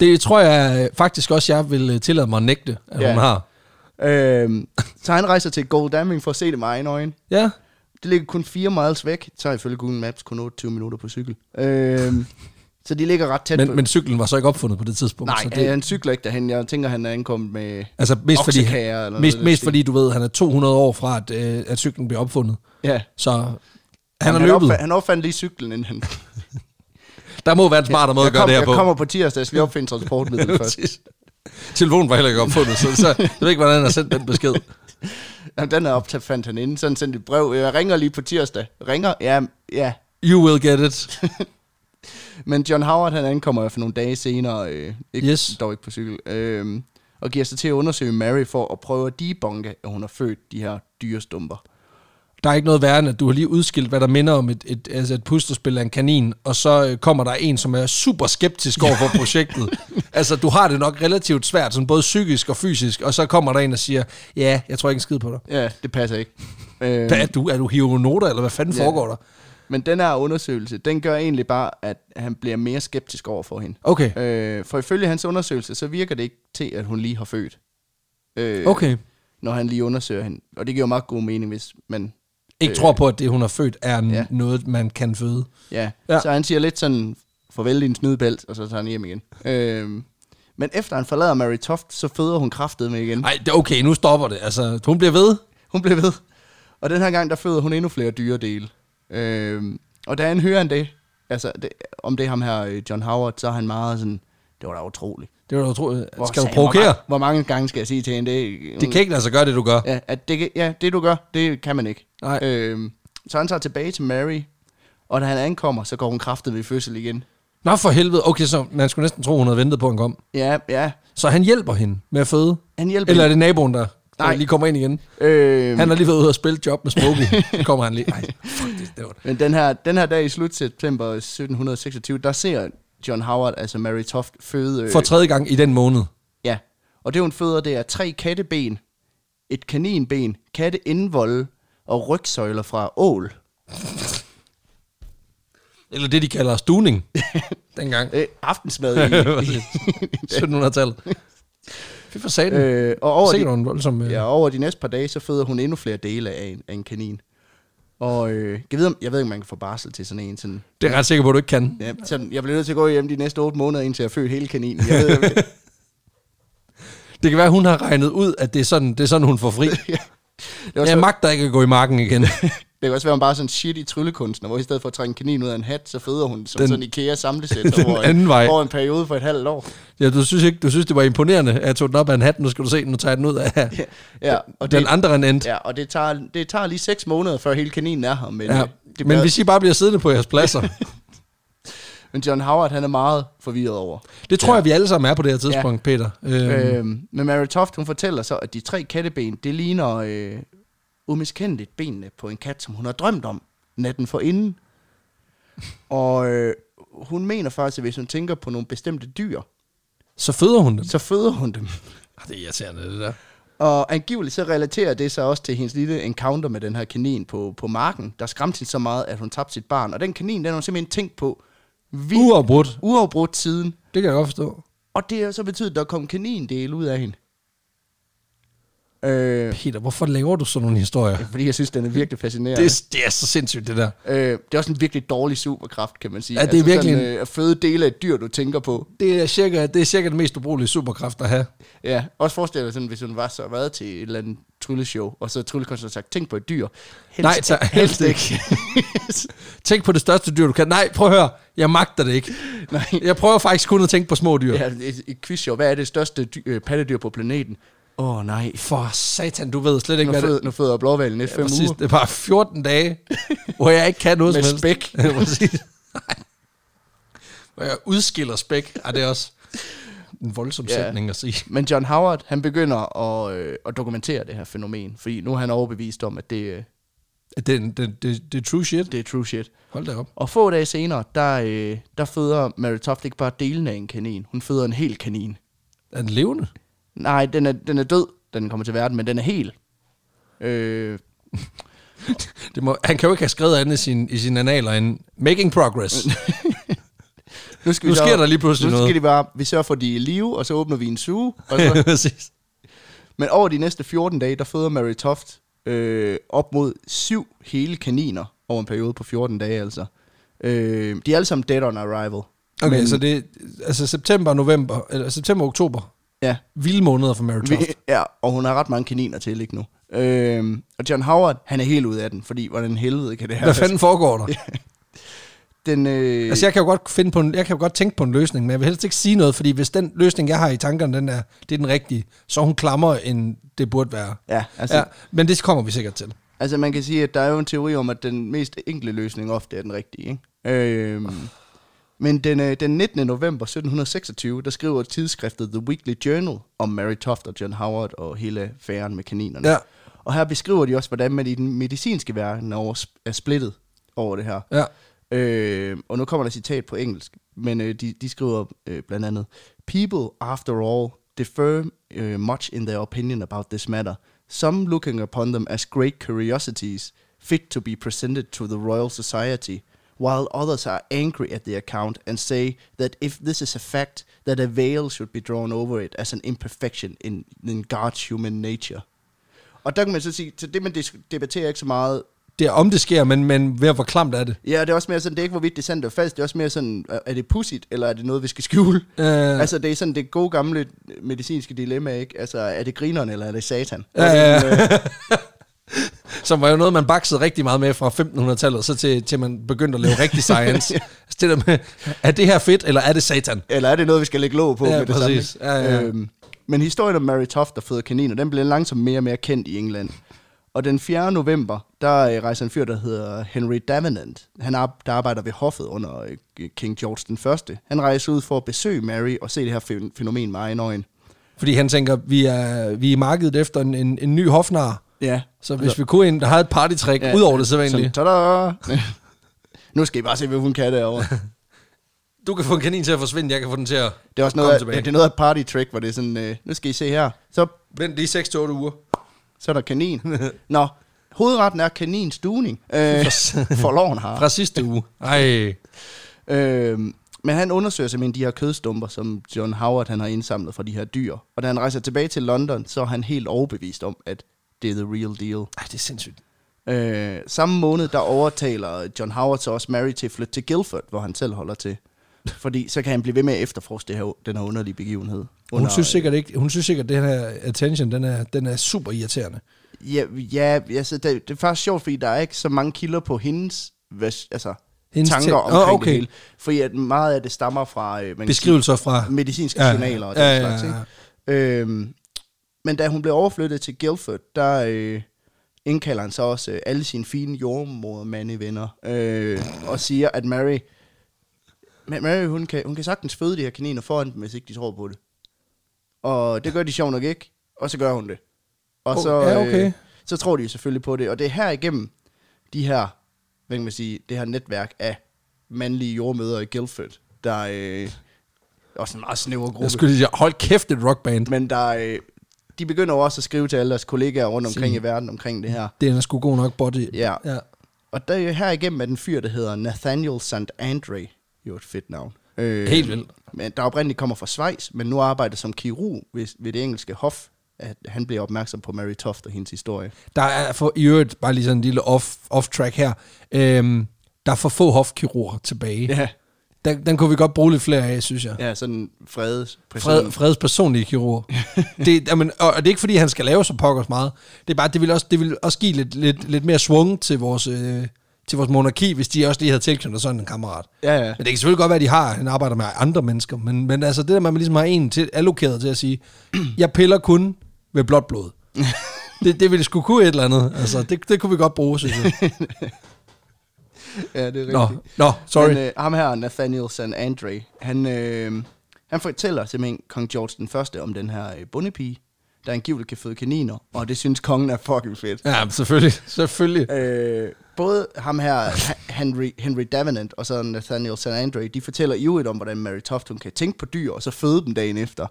Speaker 1: Det tror jeg øh, faktisk også, jeg vil øh, tillade mig at nægte, at
Speaker 2: Ja.
Speaker 1: hun har.
Speaker 2: Øh, så han rejser til Goldamming for at se det med egne øjne.
Speaker 1: Ja,
Speaker 2: Det ligger kun 4 miles væk. Det tager ifølge Google Maps kun 28 minutter på cykel. Øh, så de ligger ret tæt på.
Speaker 1: men, men cyklen var så ikke opfundet på det tidspunkt.
Speaker 2: Nej,
Speaker 1: så
Speaker 2: det...
Speaker 1: det,
Speaker 2: han cykler ikke derhen. Jeg tænker, han er ankommet med...
Speaker 1: altså mest fordi,
Speaker 2: oksekager eller noget
Speaker 1: mest,
Speaker 2: i den
Speaker 1: mest
Speaker 2: stil.
Speaker 1: fordi, du ved, han er 200 år fra, at, øh, at cyklen blev opfundet.
Speaker 2: Ja.
Speaker 1: Så han
Speaker 2: Han,
Speaker 1: har
Speaker 2: han,
Speaker 1: løbet.
Speaker 2: opfandt, han opfandt lige cyklen, inden han...
Speaker 1: Der må være en smartere måde at
Speaker 2: jeg,
Speaker 1: gøre
Speaker 2: kom,
Speaker 1: det her
Speaker 2: jeg
Speaker 1: på.
Speaker 2: kommer på tirsdag, jeg skal lige opfinde transportmidlet først.
Speaker 1: Præcis. Telefonen var heller ikke opfundet, så, så jeg ved ikke, hvordan han har sendt den besked.
Speaker 2: Jamen, den er opfandt han inden, så han sendte et brev. Jeg ringer lige på tirsdag. Ringer? Ja, ja.
Speaker 1: You will get it.
Speaker 2: Men John Howard, han ankommer for nogle dage senere, øh, ikke,
Speaker 1: Yes.
Speaker 2: dog ikke på cykel, øh, og giver sig til at undersøge Mary for at prøve at debunke, at hun har født de her dyrestumper.
Speaker 1: Der er ikke noget værre, end at du har lige udskilt, hvad der minder om et, et, altså et puslespil af en kanin, og så øh, kommer der en, som er super skeptisk over for projektet. altså, du har det nok relativt svært, sådan både psykisk og fysisk, og så kommer der en og siger, ja, jeg tror ikke en skid på dig.
Speaker 2: Ja, det passer ikke. Øh,
Speaker 1: Hvad er du? Er du hieronoter, eller hvad fanden
Speaker 2: Ja.
Speaker 1: foregår der?
Speaker 2: men den her undersøgelse, den gør egentlig bare, at han bliver mere skeptisk over for hende.
Speaker 1: Okay,
Speaker 2: Øh, for ifølge hans undersøgelse, så virker det ikke til, at hun lige har født. Øh,
Speaker 1: okay.
Speaker 2: Når han lige undersøger hende. Og det giver jo meget god mening, hvis man...
Speaker 1: Ikke tror på, at det, hun har født, er n-
Speaker 2: Øh. Ja.
Speaker 1: noget, man kan føde.
Speaker 2: Ja.
Speaker 1: Ja.
Speaker 2: ja. Så han siger lidt sådan, farvel din snydebælt, og så tager han hjem igen. Øh, men efter han forlader Mary Toft, så føder hun kraftet med igen.
Speaker 1: Nej, okay, nu stopper det. Altså, hun bliver ved.
Speaker 2: Hun blev ved. Og den her gang, der føder hun endnu flere dyredele. Øh, og da han hører han det, altså det, om det er ham her, øh, John Howard, så er han meget sådan, det var da utroligt.
Speaker 1: Det var du tro.
Speaker 2: Hvor
Speaker 1: Skal du
Speaker 2: sagde- Hvor,
Speaker 1: provokere?
Speaker 2: mange- hvor mange gange skal jeg sige til hende det?
Speaker 1: Det kan ikke lade sig gøre, det du gør.
Speaker 2: Ja, at det, kan- ja, det du gør, det kan man ikke.
Speaker 1: Nej.
Speaker 2: Øhm, så han tager tilbage til Mary, og da han ankommer, så går hun kraftet ved fødsel igen.
Speaker 1: Nå for helvede. Okay, så man skulle næsten tro, hun havde ventet på, at han kom.
Speaker 2: Ja, ja.
Speaker 1: Så han hjælper hende med at føde?
Speaker 2: Han hjælper
Speaker 1: Eller er det naboen, der, der
Speaker 2: Nej.
Speaker 1: lige kommer ind igen?
Speaker 2: Øhm,
Speaker 1: Han har lige været ude og spille job med Smokey. Så kommer han lige. Ej, fuck, det, det var det.
Speaker 2: Men den her, den her dag i slut september 1726, der ser John Howard, altså Mary Toft, føde... øh,
Speaker 1: For tredje gang i den måned.
Speaker 2: Ja. Og det hun føder, det er tre katteben, et kaninben, katteindvolde og rygsøjler fra ål.
Speaker 1: Eller det, de kalder stuning. Dengang.
Speaker 2: Øh, aftensmad i, i
Speaker 1: 1700-tallet. Fy for satan. Øh,
Speaker 2: øh, og
Speaker 1: over
Speaker 2: over de,
Speaker 1: Sikkert en voldsom... Øh.
Speaker 2: Ja,
Speaker 1: Ja.
Speaker 2: og over de næste par dage, så føder hun endnu flere dele af en, af en kanin. Og øh, jeg, ved, om- jeg ved ikke, om man kan få barsel til sådan en. Sådan,
Speaker 1: Det er jeg ret sikker på, at du ikke kan.
Speaker 2: ja, sådan, jeg bliver nødt til at gå hjem de næste otte måneder, indtil jeg har født hele kaninen. Jeg ved, ikke.
Speaker 1: Det kan være, hun har regnet ud, at det er sådan, det er sådan hun får fri.
Speaker 2: det, var
Speaker 1: Jeg
Speaker 2: så,
Speaker 1: magter ikke at gå i marken igen.
Speaker 2: det kan også være, om bare sådan shit i tryllekunstner, hvor i stedet for at trænge en kanin ud af en hat, så føder hun som
Speaker 1: Den-
Speaker 2: den, sådan IKEA samlesæt
Speaker 1: den
Speaker 2: over,
Speaker 1: anden
Speaker 2: en,
Speaker 1: vej.
Speaker 2: over en periode for et halvt år.
Speaker 1: Ja, du synes ikke, du synes, det var imponerende, at jeg tog den op af en hat, nu skal du se, nu tager jeg den ud af ja,
Speaker 2: Ja,
Speaker 1: og
Speaker 2: og
Speaker 1: den
Speaker 2: det-
Speaker 1: andre end end. Ja,
Speaker 2: Ja, og det tager, det tager lige seks måneder, før hele kaninen er her. Men,
Speaker 1: ja.
Speaker 2: øh, det
Speaker 1: Men
Speaker 2: bliver,
Speaker 1: hvis I bare bliver siddende på jeres pladser,
Speaker 2: men John Howard, han er meget forvirret over.
Speaker 1: det tror jeg, vi alle sammen er på det her tidspunkt, ja. Peter. Øh, øh.
Speaker 2: Øhm, men Mary Toft, hun fortæller så, at de tre katteben, det ligner øh, umiskendeligt benene på en kat, som hun har drømt om natten forinden. Og øh, hun mener faktisk, at hvis hun tænker på nogle bestemte dyr,
Speaker 1: Så føder hun dem.
Speaker 2: så føder hun dem.
Speaker 1: Ah, Det er irriterende, det der.
Speaker 2: Og angiveligt så relaterer det sig også til hendes lille encounter med den her kanin på, på marken, der skræmte hende så meget, at hun tabte sit barn. Og den kanin, den har hun simpelthen tænkt på vi,
Speaker 1: Uafbrudt.
Speaker 2: uafbrudt siden.
Speaker 1: Det kan jeg godt forstå.
Speaker 2: Og det har så betydet, at der kom kanindel ud af hende. Øh,
Speaker 1: Peter, hvorfor laver du sådan nogle historier?
Speaker 2: fordi jeg synes, den er virkelig fascinerende.
Speaker 1: Det, er- det er så sindssygt, det der.
Speaker 2: Øh, det er også en virkelig dårlig superkraft, kan man sige.
Speaker 1: Ja, det er virkelig
Speaker 2: Sådan, øh, at føde dele af et dyr, du tænker på.
Speaker 1: Det er cirka, det, er cirka den mest ubrugelige superkraft at have.
Speaker 2: Ja, også forestil dig sådan, hvis hun var så været til et eller andet trylleshow, og så tryllekunstneren sagt, tænk på et dyr. Helst,
Speaker 1: Nej, tak.
Speaker 2: helst
Speaker 1: Helst
Speaker 2: ikke.
Speaker 1: Tænk på det største dyr, du kan. Nej, prøv at høre. Jeg magter det ikke.
Speaker 2: Nej.
Speaker 1: Jeg prøver faktisk kun at tænke på små dyr.
Speaker 2: Ja, et, et quizshow. Hvad er det største dy- øh, pattedyr på planeten? Åh oh, nej.
Speaker 1: For satan, du ved slet ikke,
Speaker 2: Nu
Speaker 1: hvad det
Speaker 2: føder, nu føder blåvalen i fem
Speaker 1: Præcis,
Speaker 2: uger.
Speaker 1: det var 14 dage, hvor jeg ikke kan noget
Speaker 2: Med
Speaker 1: som helst.
Speaker 2: spæk.
Speaker 1: Ja, Præcis. Nej. Hvor jeg udskiller spæk. Ej, det er også en voldsom
Speaker 2: Ja.
Speaker 1: sætning at sige.
Speaker 2: Men John Howard, han begynder at, øh, at dokumentere det her fænomen, fordi nu er han overbevist om, at det, øh,
Speaker 1: Det, det, det, det er true shit.
Speaker 2: det er true shit.
Speaker 1: Hold da op.
Speaker 2: Og få dage senere, der, øh, der føder Mary Toft ikke bare delen af en kanin. Hun føder en hel kanin.
Speaker 1: Er den levende?
Speaker 2: Nej, den er, den er død, da den kommer til verden, men den er hel. Øh,
Speaker 1: Det må, han kan jo ikke have skrevet andet i sin, i sin analer end Making progress.
Speaker 2: nu skal
Speaker 1: Nu
Speaker 2: vi så,
Speaker 1: sker der lige pludselig
Speaker 2: nu
Speaker 1: noget.
Speaker 2: Skal de bare, vi sørger for, at de er i live, og så åbner vi en suge. Og så,
Speaker 1: Præcis.
Speaker 2: Men over de næste 14 dage, der føder Mary Toft øh, op mod syv hele kaniner over en periode på 14 dage, altså. Øh, de er alle sammen dead on arrival.
Speaker 1: Okay,
Speaker 2: Men-
Speaker 1: Men, så det altså september, november, eller september, oktober,
Speaker 2: Ja,
Speaker 1: vilde måneder for Mary Toft.
Speaker 2: vi, ja, og hun har ret mange kaniner til, ikke nu? Øh, og John Howard, han er helt ude af den, fordi hvordan helvede kan det her?
Speaker 1: Hvad fanden foregår der?
Speaker 2: Den, øh,
Speaker 1: Altså, jeg kan jo godt, finde på en, jeg kan jo godt tænke på en løsning, men jeg vil helst ikke sige noget, fordi hvis den løsning, jeg har i tankerne, den er, det er den rigtige, så er hun klammer, end det burde være.
Speaker 2: Ja, altså,
Speaker 1: Altså, ja, men det kommer vi sikkert til.
Speaker 2: Altså man kan sige, at der er jo en teori om, at den mest enkle løsning ofte er den rigtige. Ikke? Øhm, men den, øh, den 19. november 1726, der skriver tidsskriftet The Weekly Journal om Mary Toft og John Howard og hele affæren med kaninerne.
Speaker 1: Ja.
Speaker 2: Og her beskriver de også, hvordan man i den medicinske verden er over- er splittet over det her.
Speaker 1: Ja.
Speaker 2: Øh, og nu kommer der et citat på engelsk, men øh, de, de skriver øh, blandt andet, People, after all, differ øh, much in their opinion about this matter. Some looking upon them as great curiosities, fit to be presented to the Royal Society, while others are angry at the account and say that if this is a fact, that a veil should be drawn over it as an imperfection in, in God's human nature. Og der kan man så sige, så det man dis- debatterer ikke så meget,
Speaker 1: Det er om det sker, men, men ved at hvor klamt er det?
Speaker 2: Ja, og det er også mere sådan, det er ikke, hvorvidt det er sandt eller falsk, det er også mere sådan, er- er det pudsigt, eller er det noget, vi skal skjule?
Speaker 1: Øh.
Speaker 2: Altså, det er sådan det gode gamle medicinske dilemma, ikke? Altså, er det grineren, eller er det satan? øh,
Speaker 1: Ja, ja, ja. Som var jo noget, man baksede rigtig meget med fra 1500-tallet, så til, til man begyndte at lave rigtig science. altså det der med, er det her fedt, eller er det satan?
Speaker 2: Eller er det noget, vi skal lægge låg på?
Speaker 1: Ja,
Speaker 2: med det
Speaker 1: præcis.
Speaker 2: Samme?
Speaker 1: Ja, ja, ja.
Speaker 2: Øhm, men historien om Mary Toft, der føder kaniner, den bliver langsomt mere og mere kendt i England. Og den 4. november, der øh, rejser en fyr, der hedder Henry Davenant. Han ar- der arbejder ved hoffet under øh, King George den Første. Han rejser ud for at besøge Mary og se det her fæ- fænomen med egen øjne.
Speaker 1: Fordi han tænker, vi er, vi er i markedet efter en, en, en ny hofnar.
Speaker 2: Ja,
Speaker 1: Så hvis
Speaker 2: Altså-
Speaker 1: vi kunne en, der havde et partytrick, ja, ud over det sædvanlige.
Speaker 2: Sådan, tada! nu skal I bare se, hvad hun kan derovre.
Speaker 1: Du kan få en kanin til at forsvinde, jeg kan få den til at
Speaker 2: Det er også
Speaker 1: komme
Speaker 2: noget, af,
Speaker 1: tilbage.
Speaker 2: ja, det er noget af et party trick, hvor det er sådan, øh, nu skal I se her. Så,
Speaker 1: Vent lige 6-8 uger.
Speaker 2: så er der kanin. Nå, hovedretten er kaninstuning. Øh, for loven har.
Speaker 1: Fra sidste uge. Ej.
Speaker 2: Øh, men han undersøger simpelthen de her kødstumper, som John Howard han har indsamlet fra de her dyr. Og da han rejser tilbage til London, så er han helt overbevist om, at det er the real deal.
Speaker 1: Ej, det er sindssygt.
Speaker 2: Øh, samme måned, der overtaler John Howard så også Mary til at flytte til Guildford, hvor han selv holder til. Fordi så kan han blive ved med at efterforske det her, den her underlige begivenhed.
Speaker 1: Hun synes sikkert ikke, hun synes sikkert, at den her attention, den er, den er super irriterende.
Speaker 2: Ja, ja altså, det, det er faktisk sjovt, fordi der er ikke så mange kilder på hendes, vers- altså,
Speaker 1: Hendes
Speaker 2: hendes tanker
Speaker 1: tæ-
Speaker 2: omkring
Speaker 1: Åh,
Speaker 2: oh, okay.
Speaker 1: okay.
Speaker 2: det hele. Fordi at meget af det stammer fra... Øh, man kan
Speaker 1: Beskrivelser fra...
Speaker 2: sige, medicinske
Speaker 1: Ja, ja,
Speaker 2: journaler og den
Speaker 1: ja,
Speaker 2: ja,
Speaker 1: ja,
Speaker 2: slags, ikke? Øhm, men da hun blev overflyttet til Guildford, der øh, indkalder han så også øh, alle sine fine jordmodermandevenner øh, og siger, at Mary, Ma- Mary hun, kan, hun kan sagtens føde de her kaniner foran dem, hvis ikke de tror på det. Og det gør de sjovt nok ikke, og så gør hun det. Og
Speaker 1: Oh,
Speaker 2: så,
Speaker 1: ja, okay.
Speaker 2: øh, så tror de jo selvfølgelig på det, og det er her igennem de her, hvad kan man sige, det her netværk af mandlige jordmøder i Guildford, der øh, Også en meget snæver gruppe.
Speaker 1: Jeg skulle lige sige, hold kæft, et rockband.
Speaker 2: Men der, øh, de begynder jo også at skrive til alle deres kollegaer rundt omkring i
Speaker 1: Sige.
Speaker 2: verden omkring det her.
Speaker 1: Det er sgu god nok body.
Speaker 2: Ja.
Speaker 1: ja.
Speaker 2: Og der er jo her igennem er den fyr, der hedder Nathaniel St. Andre. Jo, et fedt navn. Øh,
Speaker 1: Helt vildt.
Speaker 2: Men der oprindeligt kommer fra Schweiz, men nu arbejder som kirurg ved, ved det engelske hof, at han bliver opmærksom på Mary Toft og hendes historie.
Speaker 1: Der er for i øvrigt, bare lige sådan en lille off- off-track her, øhm, der er for få hofkirurger tilbage.
Speaker 2: Ja,
Speaker 1: Den, den kunne vi godt bruge lidt flere af, synes jeg.
Speaker 2: ja sådan fred,
Speaker 1: Fred, Freds personlige kirurg. det, jamen, og og det er ikke, fordi han skal lave så pokkers meget. Det er bare, det vil også, det vil også give lidt, lidt, lidt mere svung til vores, øh, til vores monarki, hvis de også lige havde tilknyttet sådan en kammerat.
Speaker 2: Ja, ja.
Speaker 1: Men det kan selvfølgelig godt være, at de har, han arbejder med andre mennesker, men, men altså det der med, at man ligesom har en til, allokeret til at sige, jeg piller kun ved blåt blod. det, det ville sgu kunne et eller andet. Altså, det, det kunne vi godt bruge, synes jeg.
Speaker 2: Ja, det er
Speaker 1: Nå,
Speaker 2: rigtigt.
Speaker 1: nå sorry.
Speaker 2: Men, øh, ham her, Nathaniel St. Andre, han, øh, han fortæller simpelthen kong George den første om den her øh, bondepige, der angiveligt kan føde kaniner, og det synes kongen er fucking fedt.
Speaker 1: ja, men selvfølgelig. selvfølgelig.
Speaker 2: Øh, både ham her, Ha- Henry, Henry Davenant, og så Nathaniel St. Andre, de fortæller ivrigt om, hvordan Mary Toft, hun kan tænke på dyr, og så føde dem dagen efter.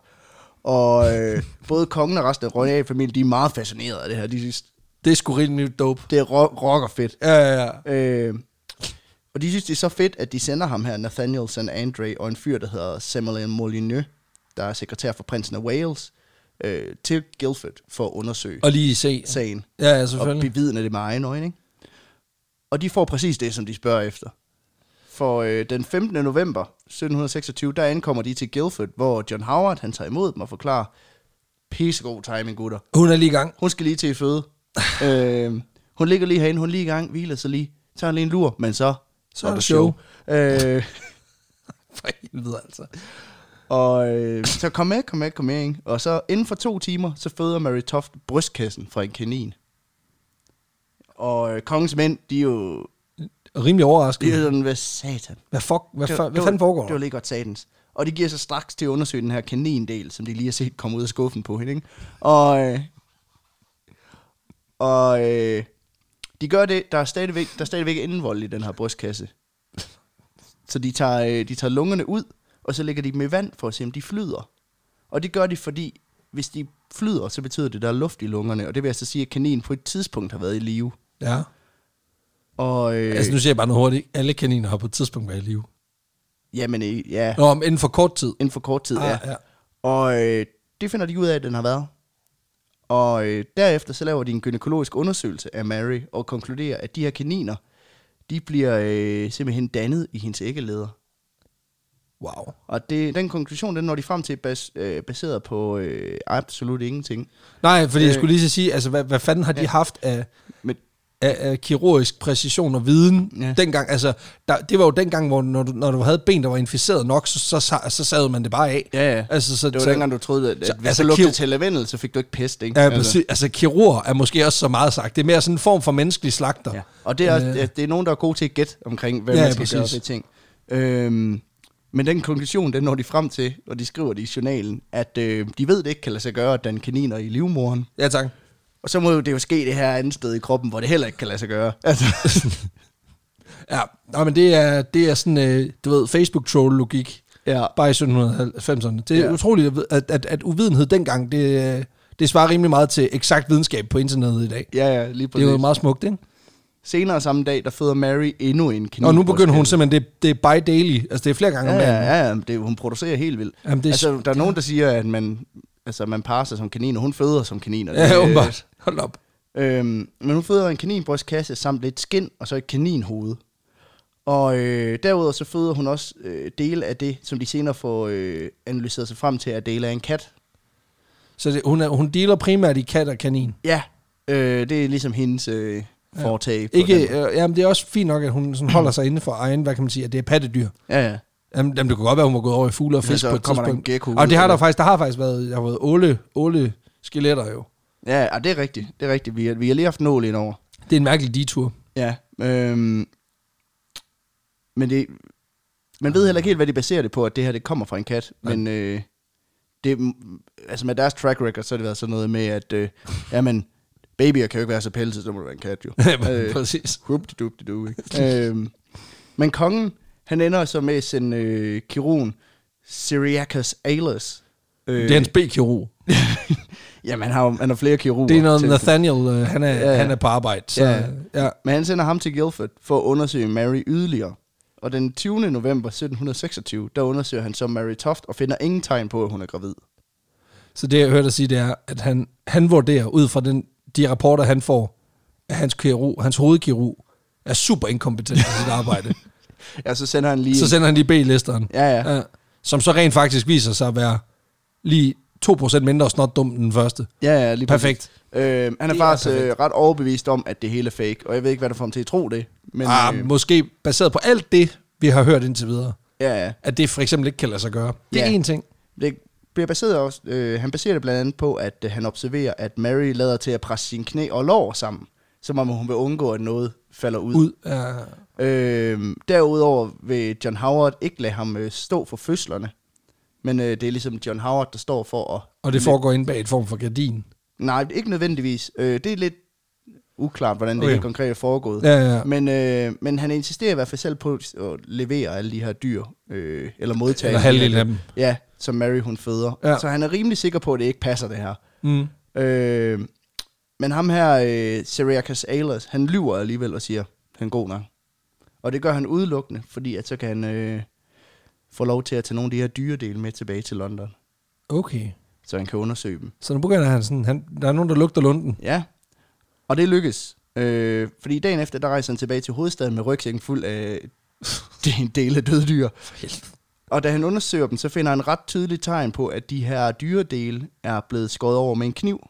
Speaker 2: Og øh, både kongen og resten af royal familien, de er meget fascineret af det her. De synes,
Speaker 1: Det er sgu rimelig dope.
Speaker 2: det er ro- rocker fedt.
Speaker 1: Ja, ja, ja.
Speaker 2: Øh, og de synes, det er så fedt, at de sender ham her, Nathaniel St. Andre, og en fyr, der hedder Samuel Molyneux, der er sekretær for prinsen af Wales, øh, til Guildford for at undersøge og,
Speaker 1: Og lige se.
Speaker 2: sagen.
Speaker 1: Ja, ja,
Speaker 2: Og
Speaker 1: selvfølgelig.
Speaker 2: bevidne det med egen øjne, ikke? Og de får præcis det, som de spørger efter. For øh, den 15. november 1726, der ankommer de til Guildford, hvor John Howard, han tager imod dem og forklarer, pissegod timing, gutter.
Speaker 1: Hun er lige i gang.
Speaker 2: Hun skal lige til i føde. øh, hun ligger lige herinde, hun er lige i gang, hviler sig lige, tager lige en lur, men så,
Speaker 1: Så er der show.
Speaker 2: Øh,
Speaker 1: For helvede, altså.
Speaker 2: og øh, så kom med, kom med, kom med, ikke? Og så inden for to timer, så føder Mary Toft brystkassen fra en kanin. Og øh, kongens mænd, de er jo
Speaker 1: Rimelig overrasket.
Speaker 2: de er sådan, hvad satan.
Speaker 1: Hvad, fuck, hvad,
Speaker 2: Det
Speaker 1: fa-
Speaker 2: var-
Speaker 1: hvad fanden foregår
Speaker 2: Det var lige godt satans. Og de giver sig straks til at undersøge den her kanindel, som de lige har set komme ud af skuffen på hende. Ikke? Og, øh, og øh, de gør det, der er stadigvæk, der er stadigvæk indvold i den her brystkasse. Så de tager, øh, de tager lungerne ud, og så lægger de dem i vand for at se, om de flyder. Og det gør de, fordi hvis de flyder, så betyder det, at der er luft i lungerne. Og det vil altså sige, at kaninen på et tidspunkt har været i live.
Speaker 1: Ja.
Speaker 2: Og, øh,
Speaker 1: Altså, nu siger jeg bare noget hurtigt. Alle kaniner har på et tidspunkt været i live.
Speaker 2: jamen, øh, ja,
Speaker 1: Nå, men inden for kort tid.
Speaker 2: inden for kort tid,
Speaker 1: Ah,
Speaker 2: ja.
Speaker 1: ja.
Speaker 2: Og øh, det finder de ud af, at den har været. Og øh, derefter så laver de en gynækologisk undersøgelse af Mary og konkluderer, at de her kaniner, de bliver øh, simpelthen dannet i hendes æggeleder.
Speaker 1: Wow.
Speaker 2: Og det, den konklusion, den når de frem til, bas, øh, baseret på øh, absolut ingenting.
Speaker 1: Nej, fordi øh, jeg
Speaker 2: Øh.
Speaker 1: skulle lige så sige, altså, hvad, hvad fanden har de haft af,
Speaker 2: Men
Speaker 1: af, af kirurgisk præcision og viden
Speaker 2: Ja.
Speaker 1: ja. dengang? Altså, der, det var jo dengang, hvor når du, når du havde ben, der var inficeret nok, så, så, så, så sad man det bare af.
Speaker 2: Ja, ja.
Speaker 1: Altså, så,
Speaker 2: det var
Speaker 1: så,
Speaker 2: dengang, du troede, at, at
Speaker 1: så-
Speaker 2: hvis altså,
Speaker 1: altså,
Speaker 2: du lugtede
Speaker 1: kirurg-
Speaker 2: til lavendel, så fik du ikke pest, ikke?
Speaker 1: Ja, præcis. Altså, kirurg er måske også så meget sagt. Det er mere sådan en form for menneskelig slagter.
Speaker 2: Ja. Og det er, også,
Speaker 1: Øh,
Speaker 2: ja, det er nogen, der er gode til at gætte omkring, hvad ja,
Speaker 1: Ja,
Speaker 2: man skal
Speaker 1: præcis.
Speaker 2: gøre ved ting. Øhm, men den konklusion, den når de frem til, og de skriver det i journalen, at øh, de ved, det ikke kan lade sig gøre, at danne kaniner i livmoren.
Speaker 1: ja tak.
Speaker 2: Og så må jo det jo ske det her andet sted i kroppen, hvor det heller ikke kan lade sig gøre. Altså,
Speaker 1: Ja, Nå, men det er, det er sådan, øh, du ved, Facebook-troll-logik.
Speaker 2: ja.
Speaker 1: Bare i 1790'erne. Det er
Speaker 2: Ja.
Speaker 1: ja. utroligt, at, ved- at, at, at uvidenhed dengang, det, øh, det svarer rimelig meget til eksakt videnskab på internettet i dag.
Speaker 2: ja, ja, lige
Speaker 1: Det
Speaker 2: præcis.
Speaker 1: er jo meget smukt, ikke?
Speaker 2: Senere samme dag, der føder Mary endnu en kanin.
Speaker 1: Og nu begynder hun simpelthen, det, det er by daily. Altså, det er flere gange
Speaker 2: Ja,
Speaker 1: om dagen.
Speaker 2: ja, ja, ja, det, er jo- hun producerer helt vildt.
Speaker 1: Jamen, det er-
Speaker 2: altså, der er nogen, der siger, at man, altså, man parer sig som kaniner. Hun føder som kaniner.
Speaker 1: Ja,
Speaker 2: Det-
Speaker 1: åbenbart. Hold op.
Speaker 2: Øhm, men hun føder en kaninbrystkasse samt lidt skind og så et kaninhoved. Og øh, derudover så føder hun også øh, dele af det, som de senere får øh, analyseret sig frem til, at dele af en kat.
Speaker 1: Så det, hun, er, hun dealer primært i kat og kanin.
Speaker 2: Ja, øh, det er ligesom hendes øh, foretag. på
Speaker 1: Ikke,
Speaker 2: den måde.
Speaker 1: øh, jamen, det er også fint nok, at hun sådan holder sig inden for egen, hvad kan man sige, at det er pattedyr.
Speaker 2: Ja, ja.
Speaker 1: Jamen, jamen, det kunne godt være, hun var gået over i fugle og
Speaker 2: Men
Speaker 1: fisk
Speaker 2: så
Speaker 1: på et
Speaker 2: kommer der en
Speaker 1: tidspunkt.
Speaker 2: gecko ud,
Speaker 1: og det har
Speaker 2: eller-
Speaker 1: der faktisk, der har faktisk været, der har været åle, åle skeletter jo.
Speaker 2: Ja, ah, det er rigtigt. Det er rigtigt. Vi har, vi har lige haft nål ind over.
Speaker 1: Det er en mærkelig detur.
Speaker 2: Ja. Øhm, men det... Man ved heller ikke helt, hvad de baserer det på, at det her det kommer fra en kat.
Speaker 1: Nej.
Speaker 2: Men øh, det, altså med deres track record, så har det været sådan noget med, at øh, jamen, babyer kan jo ikke være så pelset, så må det være en kat jo. øh,
Speaker 1: Præcis.
Speaker 2: Hupdi-dupdi-du, ikke? øhm, men kongen, han ender så med at sende øh, kirurgen Syriacus Aylers. Øh,
Speaker 1: Det er hans B-kirurg.
Speaker 2: Jamen, han har, jo- han har flere kirurger.
Speaker 1: Det er noget,
Speaker 2: til-
Speaker 1: Nathaniel, øh, han, er,
Speaker 2: Ja,
Speaker 1: ja,
Speaker 2: ja.
Speaker 1: ja. han er på arbejde. Så,
Speaker 2: Ja.
Speaker 1: ja. ja.
Speaker 2: Men han sender ham til Guildford for at undersøge Mary yderligere. Og den 20. november 1726, der undersøger han så Mary Toft og finder ingen tegn på, at hun er gravid.
Speaker 1: Så det, jeg hørte dig sige, det er, at han, han vurderer ud fra den, de rapporter, han får, at hans, kirurg, hans hovedkirurg er super inkompetent i sit arbejde.
Speaker 2: Ja, så sender han lige...
Speaker 1: så
Speaker 2: en-
Speaker 1: sender han lige B-listeren.
Speaker 2: Ja, ja.
Speaker 1: Ja. Som så rent faktisk viser sig at være lige 2% mindre snot dum end den første.
Speaker 2: Ja, ja, lige
Speaker 1: Perfekt.
Speaker 2: Øh, han er
Speaker 1: Det er
Speaker 2: faktisk øh,
Speaker 1: perfekt.
Speaker 2: ret overbevist om, at det hele er fake, og jeg ved ikke, hvad der får ham til at tro det. Men,
Speaker 1: Men, ah,
Speaker 2: øh,
Speaker 1: måske baseret på alt det, vi har hørt indtil videre,
Speaker 2: ja, ja.
Speaker 1: at det for eksempel ikke kan lade sig gøre. Det er
Speaker 2: Ja.
Speaker 1: én ting.
Speaker 2: Det bliver baseret også, øh, han baserer det blandt andet på, at øh, han observerer, at Mary lader til at presse sine knæ og lår sammen, som om hun vil undgå, at noget falder ud.
Speaker 1: Ud af...
Speaker 2: Øh, derudover vil John Howard ikke lade ham øh, stå for fødslerne, men øh, det er ligesom John Howard, der står for at...
Speaker 1: Og det foregår inde bag et form for gardin.
Speaker 2: Nej, ikke nødvendigvis. Øh, det er lidt uklart, hvordan det
Speaker 1: Okay.
Speaker 2: helt konkret er foregået.
Speaker 1: Ja, ja.
Speaker 2: Men, øh, men han insisterer i hvert fald selv på at levere alle de her dyr, øh, eller modtage.
Speaker 1: Eller halvdelen af dem.
Speaker 2: Ja, som Mary hun føder. Ja.
Speaker 1: Ja.
Speaker 2: Så han er rimelig sikker på, at det ikke passer det her.
Speaker 1: Mm.
Speaker 2: Øh, men ham her, øh, Syriacus Aylers, han lyver alligevel og siger, han er god nok. Og det gør han udelukkende, fordi at så kan han øh, få lov til at tage nogle af de her dyredele med tilbage til London,
Speaker 1: Okay.
Speaker 2: så han kan undersøge dem.
Speaker 1: Så nu begynder han sådan, han, der er nogen, der lugter lunden.
Speaker 2: Ja, og det lykkes. Øh, fordi dagen efter, der rejser han tilbage til hovedstaden med rygsækken fuld af en del af døde dyr. Og da han undersøger dem, så finder han ret tydeligt tegn på, at de her dyredele er blevet skåret over med en kniv.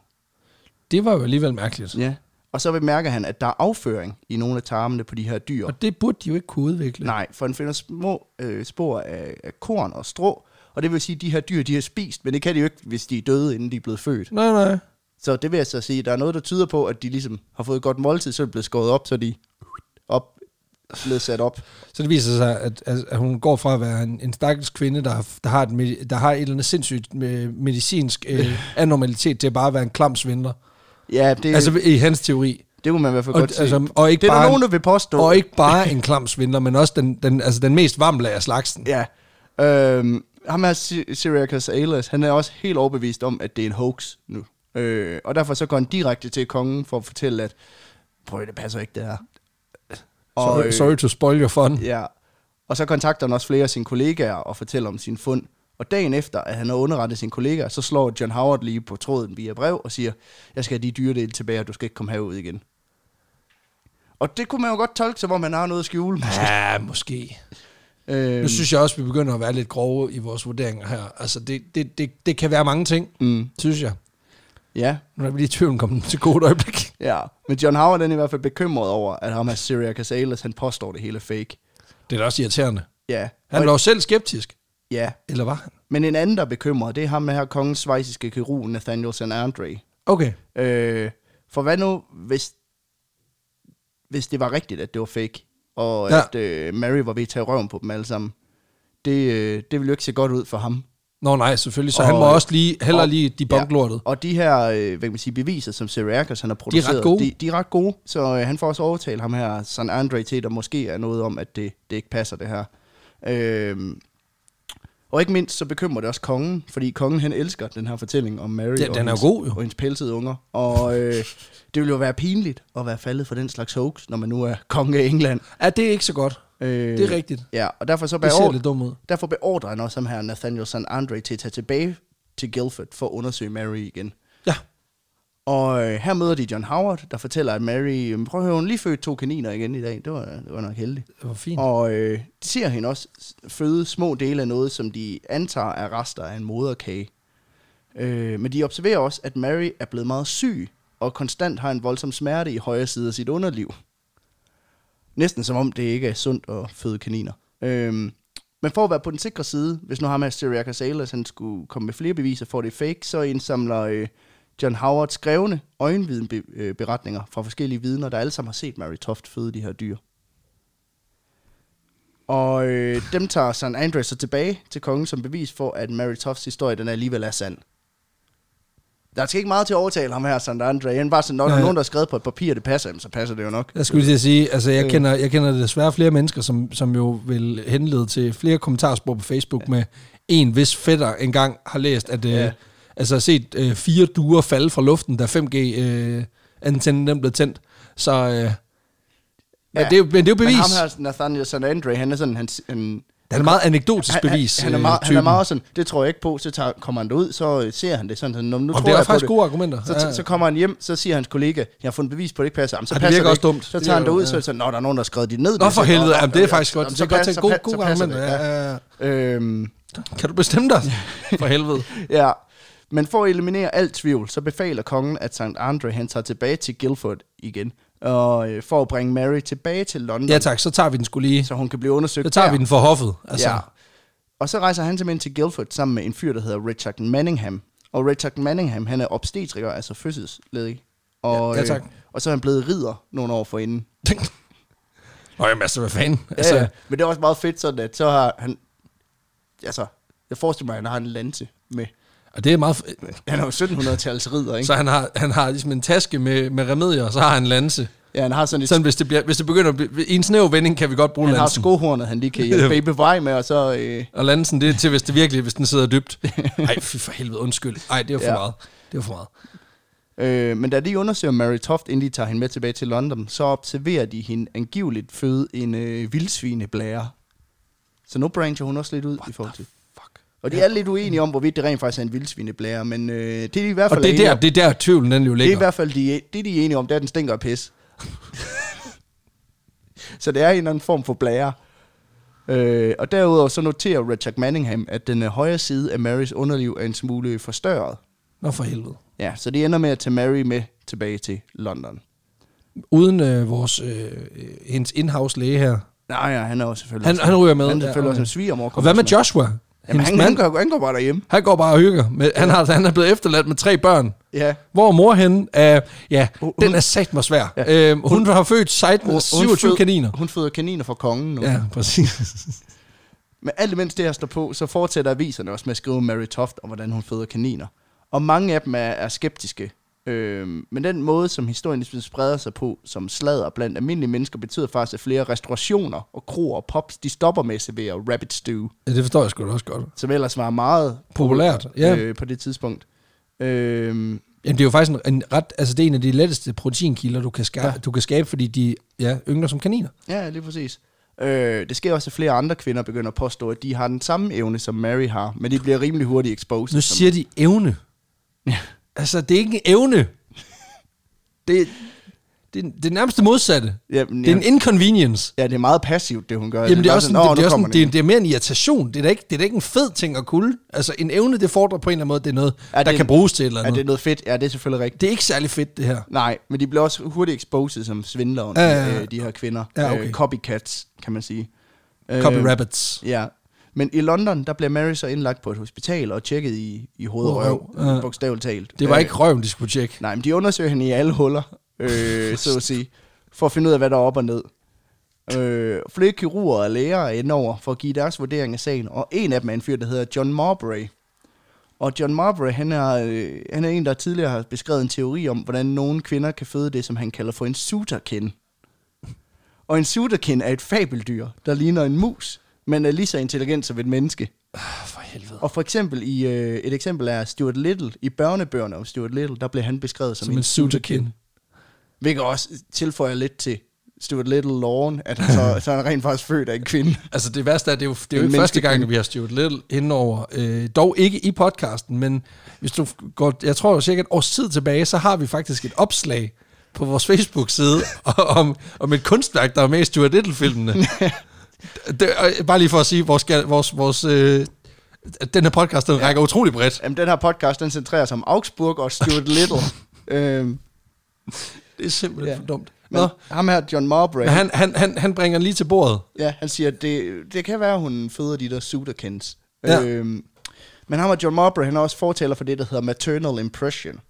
Speaker 1: Det var jo alligevel mærkeligt.
Speaker 2: Ja. Og så bemærker han, at der er afføring i nogle af tarmene på de her dyr.
Speaker 1: Og det burde de jo ikke kunne udvikle.
Speaker 2: Nej, for han finder små øh, spor af, af korn og strå. Og det vil sige, at de her dyr, de har spist, men det kan de jo ikke, hvis de er døde, inden de er blevet født.
Speaker 1: Nej, nej.
Speaker 2: Så det vil jeg så sige, der er noget, der tyder på, at de ligesom har fået et godt måltid, så er det blevet skåret op, så er de op, blevet sat op.
Speaker 1: Så det viser sig, at, at at hun går fra at være en, en stakkels kvinde, der har, der, har et, medi- der har et eller andet sindssygt med medicinsk øh, anormalitet, til at bare være en klam svindler.
Speaker 2: Ja, det, altså,
Speaker 1: Altså i hans teori.
Speaker 2: det kunne man i hvert fald
Speaker 1: Og,
Speaker 2: godt se.
Speaker 1: altså, og, ikke
Speaker 2: det er der
Speaker 1: bare,
Speaker 2: nogen, der vil påstå.
Speaker 1: og ikke bare en klam svindler, men også den, den, altså den mest vamle af slagsen.
Speaker 2: Ja. Øhm, ham her, Sy- Syriacus Aelas, han er også helt overbevist om, at det er en hoax nu. Øh, og derfor så går han direkte til kongen for at fortælle, at prøv at det passer ikke, det her.
Speaker 1: Sorry,
Speaker 2: øh,
Speaker 1: sorry to spoil your fun.
Speaker 2: Ja. Og så kontakter han også flere af sine kollegaer og fortæller om sin fund. Og dagen efter, at han har underrettet sine kollegaer, så slår John Howard lige på tråden via brev og siger, jeg skal have de dyredele tilbage, og du skal ikke komme herud igen. Og det kunne man jo godt tolke som om man har noget at skjule.
Speaker 1: Ja, måske.
Speaker 2: Øhm,
Speaker 1: Nu synes jeg også, at vi begynder at være lidt grove i vores vurderinger her. Altså, det, det, det, det kan være mange ting,
Speaker 2: Mm.
Speaker 1: synes jeg.
Speaker 2: ja.
Speaker 1: Nu er vi lige i tvivl, kom den til gode øjeblik.
Speaker 2: Ja, men John Howard han er i hvert fald bekymret over, at ham her Syria Casales, han påstår det hele er fake.
Speaker 1: Det er da også irriterende.
Speaker 2: Ja,
Speaker 1: Han
Speaker 2: og-
Speaker 1: var jo selv skeptisk.
Speaker 2: ja.
Speaker 1: Eller var han?
Speaker 2: Men en anden, der er bekymret, det er ham her kongens svejsiske kirurg, Nathaniel St. Andre.
Speaker 1: Okay.
Speaker 2: Øh, for hvad nu, hvis, hvis det var rigtigt, at det var fake, og ja.
Speaker 1: Ja.
Speaker 2: at øh, Mary var ved at tage røven på dem alle sammen? Det, øh, det ville jo ikke se godt ud for ham.
Speaker 1: Nå nej, selvfølgelig. Så
Speaker 2: Og-
Speaker 1: og, han må også lige, heller
Speaker 2: og-
Speaker 1: lige de bunklortet. Ja.
Speaker 2: Og de her øh, hvad kan man sige, beviser, som Siriacus han har produceret,
Speaker 1: gode.
Speaker 2: De, de er ret gode. Så øh, han får også overtalt ham her, San Andre, til, at der måske er noget om, at det, det ikke passer det her. Øhm, og ikke mindst så bekymrer det også kongen, fordi kongen han elsker den her fortælling om Mary
Speaker 1: Ja, den
Speaker 2: og,
Speaker 1: er
Speaker 2: hendes,
Speaker 1: god, jo.
Speaker 2: og hendes pelsede unger. Og øh, det ville jo være pinligt at være faldet for den slags hoax, når man nu er konge af England.
Speaker 1: ja, det er ikke så godt.
Speaker 2: Øh,
Speaker 1: Det er rigtigt.
Speaker 2: Ja, og derfor så
Speaker 1: Det ser
Speaker 2: beordrer,
Speaker 1: lidt dumt ud.
Speaker 2: derfor beordrer han også ham her, Nathaniel San Andre, til at tage tilbage til Guildford for at undersøge Mary igen.
Speaker 1: Ja.
Speaker 2: Og øh, her møder de John Howard, der fortæller, at Mary, øh, prøv at høre, hun lige fødte to kaniner igen i dag. Det var, det var nok heldigt.
Speaker 1: Det var fint.
Speaker 2: Og øh, de ser hende også s- føde små dele af noget, som de antager er rester af en moderkage. Øh, men de observerer også, at Mary er blevet meget syg, og konstant har en voldsom smerte i højre side af sit underliv. Næsten som om det ikke er sundt at føde kaniner. Øh, men for at være på den sikre side, hvis nu ham her Syriaca Sailors, han skulle komme med flere beviser for, at det er fake, så indsamler øh, John Howard skrevne øjenvidenberetninger fra forskellige vidner, der alle sammen har set Mary Toft føde de her dyr. Og øh, dem tager St. Andreas så tilbage til kongen som bevis for, at Mary Tofts historie, den alligevel er sand. Der skal ikke meget til at overtale ham her, St. Andre. Han var sådan, når der er
Speaker 1: Nej.
Speaker 2: nogen, der har skrevet på et papir, det passer, jamen, så passer det jo nok.
Speaker 1: Jeg skulle lige til at sige, altså jeg
Speaker 2: Øh.
Speaker 1: kender, jeg kender desværre flere mennesker, som, som jo vil henlede til flere kommentarspor på Facebook med, en vis fætter engang har læst, at... Øh,
Speaker 2: Ja.
Speaker 1: ja. Altså har set øh, fire duer falde fra luften, da 5G-antennen den blev tændt. Så... Øh, ja. men, det er, jo- men det er jo bevis.
Speaker 2: Men ham her, Nathaniel San Andre, han er sådan, han, han,
Speaker 1: Han er meget anekdotisk bevis.
Speaker 2: han, han, er
Speaker 1: øh,
Speaker 2: meget, han er
Speaker 1: typen.
Speaker 2: meget sådan, det tror jeg ikke på, så tager, kommer han derud, så øh, ser han det sådan, sådan "Nå, men nu
Speaker 1: Jamen,
Speaker 2: tror
Speaker 1: det er
Speaker 2: jeg på
Speaker 1: faktisk
Speaker 2: det.
Speaker 1: gode argumenter.
Speaker 2: Så,
Speaker 1: Ja, ja.
Speaker 2: så kommer han hjem, så siger hans kollega, jeg har fundet bevis på, at det ikke passer. Jamen, så
Speaker 1: Ej, det
Speaker 2: passer
Speaker 1: virker
Speaker 2: det
Speaker 1: også
Speaker 2: ikke.
Speaker 1: dumt.
Speaker 2: Så
Speaker 1: Det
Speaker 2: tager han
Speaker 1: virker-
Speaker 2: derud,
Speaker 1: ja.
Speaker 2: så er det sådan, nå, der er nogen, der har skrevet det ned.
Speaker 1: Nå for
Speaker 2: Så-
Speaker 1: helvede,
Speaker 2: nå,
Speaker 1: jamen,
Speaker 2: nå,
Speaker 1: det er
Speaker 2: nå,
Speaker 1: faktisk godt.
Speaker 2: jamen,
Speaker 1: Så godt
Speaker 2: pas-
Speaker 1: tænkt, gode-
Speaker 2: pa-
Speaker 1: gode
Speaker 2: så passer
Speaker 1: argumenter, ja,
Speaker 2: det,
Speaker 1: ja,
Speaker 2: Øhm,
Speaker 1: Kan du bestemme dig? For helvede.
Speaker 2: Ja, men for at eliminere alt tvivl, så befaler kongen, at St. Andre han tager tilbage til Guildford igen, og øh, for at bringe Mary tilbage til London,
Speaker 1: Ja tak, så tager vi den skulle lige.
Speaker 2: så hun kan blive undersøgt
Speaker 1: Så tager
Speaker 2: der.
Speaker 1: vi den for hoffet. Altså.
Speaker 2: Ja. Og så rejser han simpelthen til Guildford sammen med en fyr, der hedder Richard Manningham. Og Richard Manningham, han er obstetriker, altså fødselsledig. Og,
Speaker 1: Ja, ja, tak.
Speaker 2: Øh, og så er han blevet ridder nogle år forinden.
Speaker 1: Nå jamen altså, hvad fanden?
Speaker 2: Altså,
Speaker 1: Altså,
Speaker 2: ja, ja. Men det er også meget fedt sådan, at så har han... Altså, jeg forestiller mig, at han har en lance med.
Speaker 1: Og det er meget... f-
Speaker 2: Han er jo 1700-tals ridder, ikke?
Speaker 1: Så han har, han har ligesom en taske med, med remedier, og så har han en lanse.
Speaker 2: ja, han har sådan et
Speaker 1: Sådan, hvis det, bliver, hvis det begynder at blive... I en snæv vending kan vi godt bruge
Speaker 2: Han har
Speaker 1: lansen.
Speaker 2: skohornet, han lige kan hjælpe baby vej med, og så... Øh,
Speaker 1: Og lansen, det er til, hvis det virkelig hvis den sidder dybt. Ej, fy for helvede, undskyld. Ej, det er jo for
Speaker 2: Ja.
Speaker 1: meget. Det er jo for meget.
Speaker 2: øh, men da de undersøger Mary Toft, inden de tager hende med tilbage til London, så observerer de hende angiveligt føde en øh, vildsvineblære. Så nu brancher hun også lidt ud What i forhold til...
Speaker 1: Fuck.
Speaker 2: Og de er lidt uenige om, hvorvidt det rent faktisk er en vildsvineblære, men øh, det er de i hvert
Speaker 1: Og
Speaker 2: fald
Speaker 1: det er
Speaker 2: enige
Speaker 1: der,
Speaker 2: om.
Speaker 1: det er der tvivlen den jo
Speaker 2: det er i
Speaker 1: ligger.
Speaker 2: hvert fald de, det, de er enige om, det er, at den stinker af pis. så det er en eller anden form for blære. Øh, og derudover så noterer Richard Manningham, at den øh, højre side af Marys underliv er en smule forstørret.
Speaker 1: Nå for helvede.
Speaker 2: Ja, så det ender med at tage Mary med tilbage til London.
Speaker 1: Uden øh, vores, øh, øh, hendes in-house læge her.
Speaker 2: Nej, ja, han er også selvfølgelig
Speaker 1: Han,
Speaker 2: også,
Speaker 1: han ryger med.
Speaker 2: han er
Speaker 1: Ja,
Speaker 2: selvfølgelig også en
Speaker 1: og-
Speaker 2: svigermor.
Speaker 1: Og hvad med Joshua?
Speaker 2: Jamen,
Speaker 1: Hendes
Speaker 2: han, han,
Speaker 1: mand?
Speaker 2: går, han går bare derhjemme.
Speaker 1: Han går bare og hygger. Med, han, har, han er blevet efterladt med tre børn.
Speaker 2: Ja.
Speaker 1: Hvor er mor henne? Uh, ja,
Speaker 2: Hun-
Speaker 1: hun, den er sat mig svær.
Speaker 2: Ja.
Speaker 1: Ja. Uh, hun, hun har født 16, 27
Speaker 2: fød-
Speaker 1: kaniner.
Speaker 2: Hun føder kaniner fra kongen nu. Ja.
Speaker 1: Ja, præcis.
Speaker 2: Men alt imens det her står på, så fortsætter aviserne også med at skrive Mary Toft om, hvordan hun føder kaniner. Og mange af dem er, er skeptiske. Øhm, men den måde, som historien ligesom spreder sig på som sladder blandt almindelige mennesker, betyder faktisk, at flere restaurationer og kroer og pops, de stopper med at servere rabbit stew.
Speaker 1: Ja, det forstår jeg sgu da også godt.
Speaker 2: som ellers var meget
Speaker 1: Populært, ja.
Speaker 2: øh, på det tidspunkt. Øh,
Speaker 1: Jamen, det er jo faktisk en, en ret, altså det er en af de letteste proteinkilder, du kan, skabe,
Speaker 2: Ja.
Speaker 1: ja. du kan skabe, fordi de ja, yngler som kaniner.
Speaker 2: ja, lige præcis. Øh, det sker også, at flere andre kvinder begynder at påstå, at de har den samme evne, som Mary har, men de bliver rimelig hurtigt exposed.
Speaker 1: Nu siger de evne.
Speaker 2: Ja.
Speaker 1: Altså, det er ikke en evne. Det, det, det er nærmest det modsatte.
Speaker 2: Jamen,
Speaker 1: det er en
Speaker 2: ja.
Speaker 1: inconvenience.
Speaker 2: Ja, det er meget passivt, det hun gør.
Speaker 1: Jamen, det er,
Speaker 2: bare
Speaker 1: også en,
Speaker 2: sådan, "Nå,
Speaker 1: det, det,
Speaker 2: nu
Speaker 1: er også
Speaker 2: kommer
Speaker 1: en,
Speaker 2: den
Speaker 1: det, er-
Speaker 2: ind."
Speaker 1: det er mere en irritation. Det er, da ikke, det er da ikke en fed ting at kunne. Altså, en evne, det fordrer på en eller anden måde, det er noget,
Speaker 2: Er det
Speaker 1: der
Speaker 2: en-
Speaker 1: kan bruges til et eller
Speaker 2: Er
Speaker 1: andet.
Speaker 2: det noget fedt? Ja, det er selvfølgelig rigtigt.
Speaker 1: Det er ikke særlig fedt, det her.
Speaker 2: Nej, men de bliver også hurtigt exposed som svindlere,
Speaker 1: Ja, ja, ja.
Speaker 2: øh, de her kvinder.
Speaker 1: Ja, okay.
Speaker 2: øh, copycats, kan man sige.
Speaker 1: Copy
Speaker 2: Øh,
Speaker 1: rabbits.
Speaker 2: Ja. Men i London, der bliver Mary så indlagt på et hospital og tjekket i, i hoved og
Speaker 1: Hoved og
Speaker 2: røv,
Speaker 1: røv, ja.
Speaker 2: bogstaveligt talt.
Speaker 1: Det var
Speaker 2: Øh,
Speaker 1: ikke røven, de skulle tjekke.
Speaker 2: Nej, men de undersøger hende i alle huller, øh, så at sige, for at finde ud af, hvad der er op og ned. Øh, flere kirurger og læger er inde over for at give deres vurdering af sagen, og en af dem er en fyr, der hedder John Marbury. Og John Marbury, han er, øh, han er en, der tidligere har beskrevet en teori om, hvordan nogle kvinder kan føde det, som han kalder for en sutterkind. Og en sutterkind er et fabeldyr, der ligner en mus, men er lige så intelligent som et menneske.
Speaker 1: Ah, For helvede.
Speaker 2: Og for eksempel i, øh, et eksempel er Stuart Little. I børnebøgerne om Stuart Little, der blev han beskrevet som,
Speaker 1: Som en sutterkind.
Speaker 2: Hvilket også tilføjer lidt til Stuart Little Loven, at han så, så er han rent faktisk født af en kvinde.
Speaker 1: Altså det værste er, det er jo, det er jo
Speaker 2: En
Speaker 1: ikke første
Speaker 2: menneskekende.
Speaker 1: gang, vi har Stuart Little indover. Øh, dog ikke i podcasten, men hvis du går, jeg tror cirka et års tid tilbage, så har vi faktisk et opslag på vores Facebook-side om, om et kunstværk, der er med i Stuart Little-filmene. det, og bare lige for at sige, vores, vores, vores øh, at den her podcast, den rækker utrolig bredt.
Speaker 2: Jamen, den her podcast, den centrerer sig om Augsburg og Stuart Little. øhm,
Speaker 1: Det er simpelthen
Speaker 2: Ja.
Speaker 1: ja. for dumt.
Speaker 2: men
Speaker 1: Nå,
Speaker 2: ham her, John Marbury,
Speaker 1: men han, han, han, han bringer den lige til bordet.
Speaker 2: ja, han siger, at det, det kan være, at hun føder de der sutterkins.
Speaker 1: Ja.
Speaker 2: Øhm, men ham og John Marbury, han er også fortaler for det, der hedder maternal impression.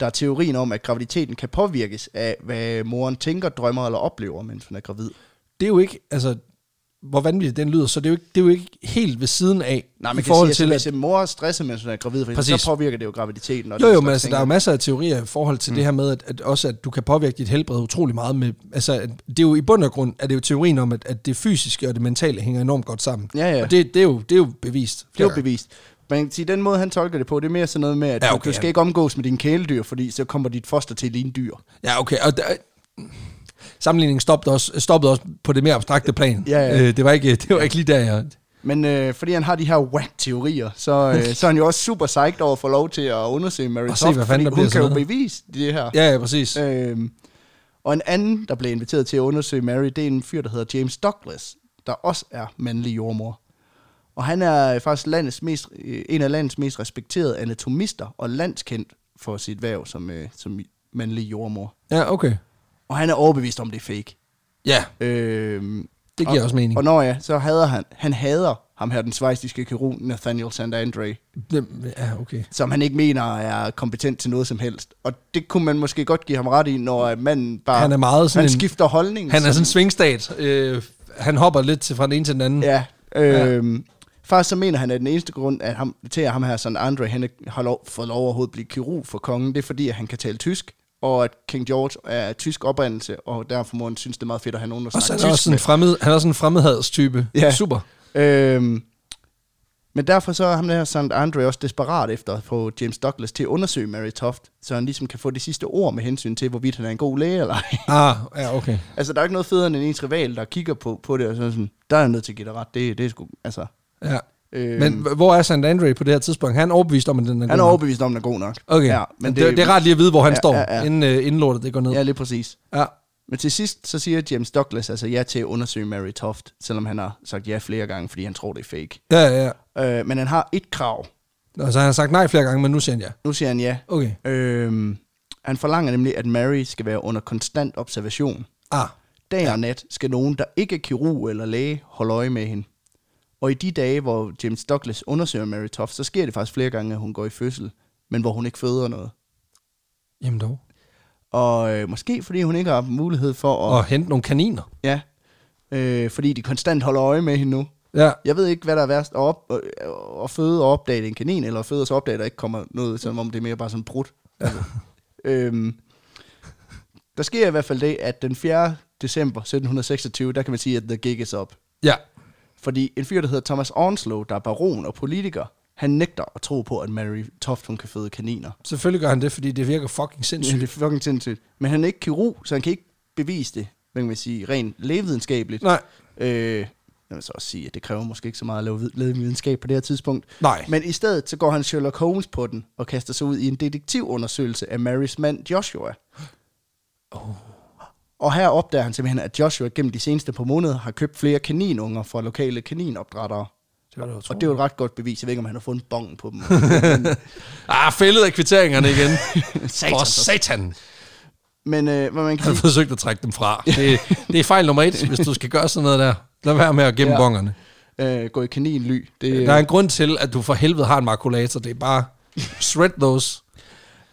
Speaker 2: Der er teorien om, at graviditeten kan påvirkes af, hvad moren tænker, drømmer eller oplever, mens hun er gravid.
Speaker 1: Det er jo ikke, altså, hvor vanvittigt den lyder, så det er jo ikke, det er jo ikke helt ved siden af.
Speaker 2: Nej,
Speaker 1: i
Speaker 2: man kan
Speaker 1: forhold
Speaker 2: sige, til,
Speaker 1: til,
Speaker 2: at hvis en mor er stresset, mens hun er gravid, for
Speaker 1: Præcis.
Speaker 2: Præcis. så påvirker det jo graviditeten. Og
Speaker 1: Jo,
Speaker 2: den
Speaker 1: jo, men
Speaker 2: slags
Speaker 1: altså,
Speaker 2: ting,
Speaker 1: der er jo
Speaker 2: ikke?
Speaker 1: masser af teorier i forhold til mm. det her med, at, at også at du kan påvirke dit helbred utrolig meget med, altså, at det er jo i bund og grund, er det jo teorien om, at, at det fysiske og det mentale hænger enormt godt sammen.
Speaker 2: Ja, ja.
Speaker 1: Og det, det, er jo, det er jo bevist.
Speaker 2: Det er jo bevist. Man kan sige, den måde, han tolker det på, det er mere sådan noget med, at
Speaker 1: Ja,
Speaker 2: ja,
Speaker 1: okay.
Speaker 2: okay. du skal ikke omgås med dine kæledyr, fordi så kommer dit foster til at ligne dyr.
Speaker 1: Ja, okay. Og der, sammenligningen stoppede også, stoppede også på det mere abstrakte plan.
Speaker 2: Ja, ja.
Speaker 1: Øh, det, var ikke, det var ikke lige der, jeg...
Speaker 2: Men øh, fordi han har de her whack-teorier, så, øh, så er han jo også super psyched over at få lov til at undersøge Mary
Speaker 1: Og se,
Speaker 2: Toft,
Speaker 1: hvad fanden
Speaker 2: fordi
Speaker 1: der bliver
Speaker 2: hun
Speaker 1: sådan
Speaker 2: kan jo
Speaker 1: noget.
Speaker 2: bevise det her.
Speaker 1: Ja, ja, præcis. Øh.
Speaker 2: Øhm, og en anden, der blev inviteret til at undersøge Mary, det er en fyr, der hedder James Douglas, der også er mandlig jordmor. Og han er øh, faktisk landets mest, øh, en af landets mest respekterede anatomister og landskendt for sit værv som, øh, som mandlig jordmor.
Speaker 1: Ja, okay.
Speaker 2: Og han er overbevist om, det er fake.
Speaker 1: Ja,
Speaker 2: Øhm,
Speaker 1: Det giver
Speaker 2: og,
Speaker 1: også mening.
Speaker 2: Og når ja, så hader han, han hader ham her, den svejstiske kirurg Nathaniel Sandandre,
Speaker 1: det, ja, okay.
Speaker 2: som han ikke mener er kompetent til noget som helst. Og det kunne man måske godt give ham ret i, når øh, manden bare...
Speaker 1: Han er meget sådan
Speaker 2: han
Speaker 1: en-
Speaker 2: skifter holdning.
Speaker 1: Han er
Speaker 2: som-
Speaker 1: sådan en svingstat. Øh, han hopper lidt til, fra den ene til den anden.
Speaker 2: Ja. Øhm, Faktisk så mener han, at den eneste grund at ham, til, at ham her, sådan Andre, han ikke har lov, fået lov overhovedet at blive kirurg for kongen, det er fordi, at han kan tale tysk, og at King George er af tysk oprindelse, og derfor må han synes, det er meget fedt at have nogen, der
Speaker 1: Og så
Speaker 2: snakker
Speaker 1: er han
Speaker 2: tysk
Speaker 1: også sådan
Speaker 2: med.
Speaker 1: en fremmed, han er sådan en fremmedhadstype.
Speaker 2: Ja.
Speaker 1: Super.
Speaker 2: Øhm, men derfor så er ham der St. Andre også desperat efter at få James Douglas til at undersøge Mary Toft, så han ligesom kan få det sidste ord med hensyn til, hvorvidt han er en god læge eller ej.
Speaker 1: Ah, ja, okay.
Speaker 2: altså, der er ikke noget federe end en ens rival, der kigger på, på det og sådan, sådan, der er jeg nødt til at give dig ret. Det, det er sgu, altså...
Speaker 1: Ja.
Speaker 2: Øhm,
Speaker 1: Men h- hvor er St. Andre på det her tidspunkt? Han er overbevist om, at den er
Speaker 2: han er
Speaker 1: god nok.
Speaker 2: overbevist om, at den er god nok.
Speaker 1: Okay,
Speaker 2: Ja,
Speaker 1: men det, det, det er rart lige at vide, hvor han ja, står, ja, ja. Inden, øh, inden lortet det går ned.
Speaker 2: Ja, lige præcis.
Speaker 1: ja.
Speaker 2: Men til sidst, så siger James Douglas altså ja til at undersøge Mary Toft, selvom han har sagt ja flere gange, fordi han tror, det er fake.
Speaker 1: ja, ja. ja.
Speaker 2: Øh, men han har et krav.
Speaker 1: Nå, så han har sagt nej flere gange, men nu siger han ja.
Speaker 2: Nu siger han ja.
Speaker 1: Okay.
Speaker 2: Øhm, han forlanger nemlig, at Mary skal være under konstant observation.
Speaker 1: Ah,
Speaker 2: Dag og nat skal nogen, der ikke er kirurg eller læge, holde øje med hende. Og i de dage, hvor James Douglas undersøger Mary Toft, så sker det faktisk flere gange, at hun går i fødsel, men hvor hun ikke føder noget.
Speaker 1: jamen dog.
Speaker 2: Og øh, måske fordi hun ikke har haft mulighed for at...
Speaker 1: Og hente nogle kaniner.
Speaker 2: Ja, øh, fordi de konstant holder øje med hende nu.
Speaker 1: Ja,
Speaker 2: Jeg ved ikke, hvad der er værst, at, op, at- at føde og opdage en kanin, eller at føde og så opdage, at der ikke kommer noget, som om det er mere bare sådan brudt. Altså, øhm, der sker i hvert fald det, at den 4. december 1726, der kan man sige, at the gig is up.
Speaker 1: ja.
Speaker 2: Fordi en fyr, der hedder Thomas Onslow, der er baron og politiker, han nægter at tro på, at Mary Toft, hun kan føde kaniner.
Speaker 1: Selvfølgelig gør han det, fordi det virker fucking
Speaker 2: Det
Speaker 1: sindssygt.
Speaker 2: er fucking sindssygt. Men han er ikke kirurg, så han kan ikke bevise det, hvad kan man sige, rent lægevidenskabeligt.
Speaker 1: Nej.
Speaker 2: Øh, jeg vil så også sige, at det kræver måske ikke så meget at lave vid- lægevidenskab på det her tidspunkt.
Speaker 1: Nej.
Speaker 2: Men i stedet så går han Sherlock Holmes på den og kaster sig ud i en detektivundersøgelse af Marys mand Joshua. Oh.
Speaker 1: Oh.
Speaker 2: Og her opdager han simpelthen, at Joshua gennem de seneste par måneder har købt flere kaninunger fra lokale kaninopdrættere.
Speaker 1: Det var da
Speaker 2: Og det er jo et ret godt bevis. Jeg ved ikke, om han har fundet bongen på dem.
Speaker 1: Ah, fældet af kvitteringerne igen.
Speaker 2: Satan. altså.
Speaker 1: For satan.
Speaker 2: Men øh, hvad man
Speaker 1: Han
Speaker 2: kan sige,
Speaker 1: har forsøgt at trække dem fra. Det, det er fejl nummer et, hvis du skal gøre sådan noget der. Lad være med at gemme ja.
Speaker 2: Ja.
Speaker 1: bongerne.
Speaker 2: øh, gå i kaninly. Det,
Speaker 1: Der er en grund til, at du for helvede har en makulator. Det er bare shred those.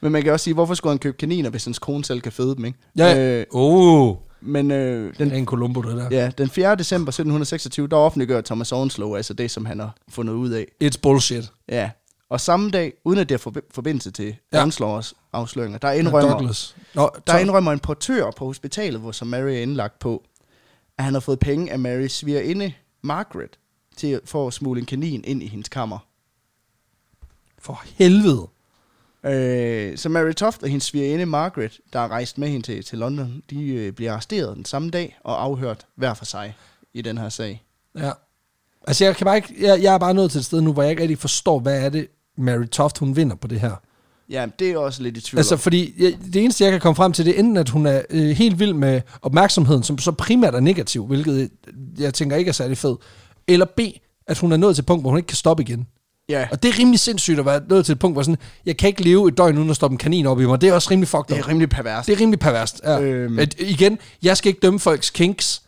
Speaker 2: Men man kan også sige, hvorfor skulle han købe kaniner, hvis hans kone selv kan føde dem, ikke?
Speaker 1: Ja,
Speaker 2: Øh,
Speaker 1: oh,
Speaker 2: men øh,
Speaker 1: den,
Speaker 2: den
Speaker 1: det er en Columbo, det der.
Speaker 2: Ja, den 4. december 1726, der offentliggør Thomas Onslow altså det, som han har fundet ud af.
Speaker 1: It's bullshit.
Speaker 2: Ja. Og samme dag, uden at det har forbi- forbindelse til
Speaker 1: Ja.
Speaker 2: ja. Onslows afsløringer, der indrømmer,
Speaker 1: Douglas. Nå,
Speaker 2: der indrømmer en portør på hospitalet, hvor som Mary er indlagt på, at han har fået penge af Marys svigerinde, Margaret, til at, for at smule en kanin ind i hendes kammer.
Speaker 1: For helvede.
Speaker 2: Øh, så Mary Toft og hendes svigerinde Margaret, der er rejst med hende til, til London, de øh, bliver arresteret den samme dag og afhørt hver for sig i den her sag.
Speaker 1: Ja. Altså, jeg, kan bare ikke, jeg, jeg er bare nået til et sted nu, hvor jeg ikke rigtig forstår, hvad er det, Mary Toft, hun vinder på det her.
Speaker 2: Ja, det er også lidt i tvivl
Speaker 1: Altså,
Speaker 2: altså,
Speaker 1: fordi jeg, det eneste, jeg kan komme frem til, det er enten, at hun er øh, helt vild med opmærksomheden, som så primært er negativ, hvilket øh, jeg tænker ikke er særlig fed, eller B, at hun er nået til et punkt, hvor hun ikke kan stoppe igen.
Speaker 2: Ja,
Speaker 1: Og det er rimelig sindssygt at være nået til et punkt, hvor sådan, jeg kan ikke leve et døgn uden at stoppe en kanin op i mig. Det er også rimelig fucked
Speaker 2: det
Speaker 1: up.
Speaker 2: er rimelig pervers.
Speaker 1: Det er rimelig perverst. Ja. Øhm.
Speaker 2: Øhm.
Speaker 1: At, igen, jeg skal ikke dømme folks kinks.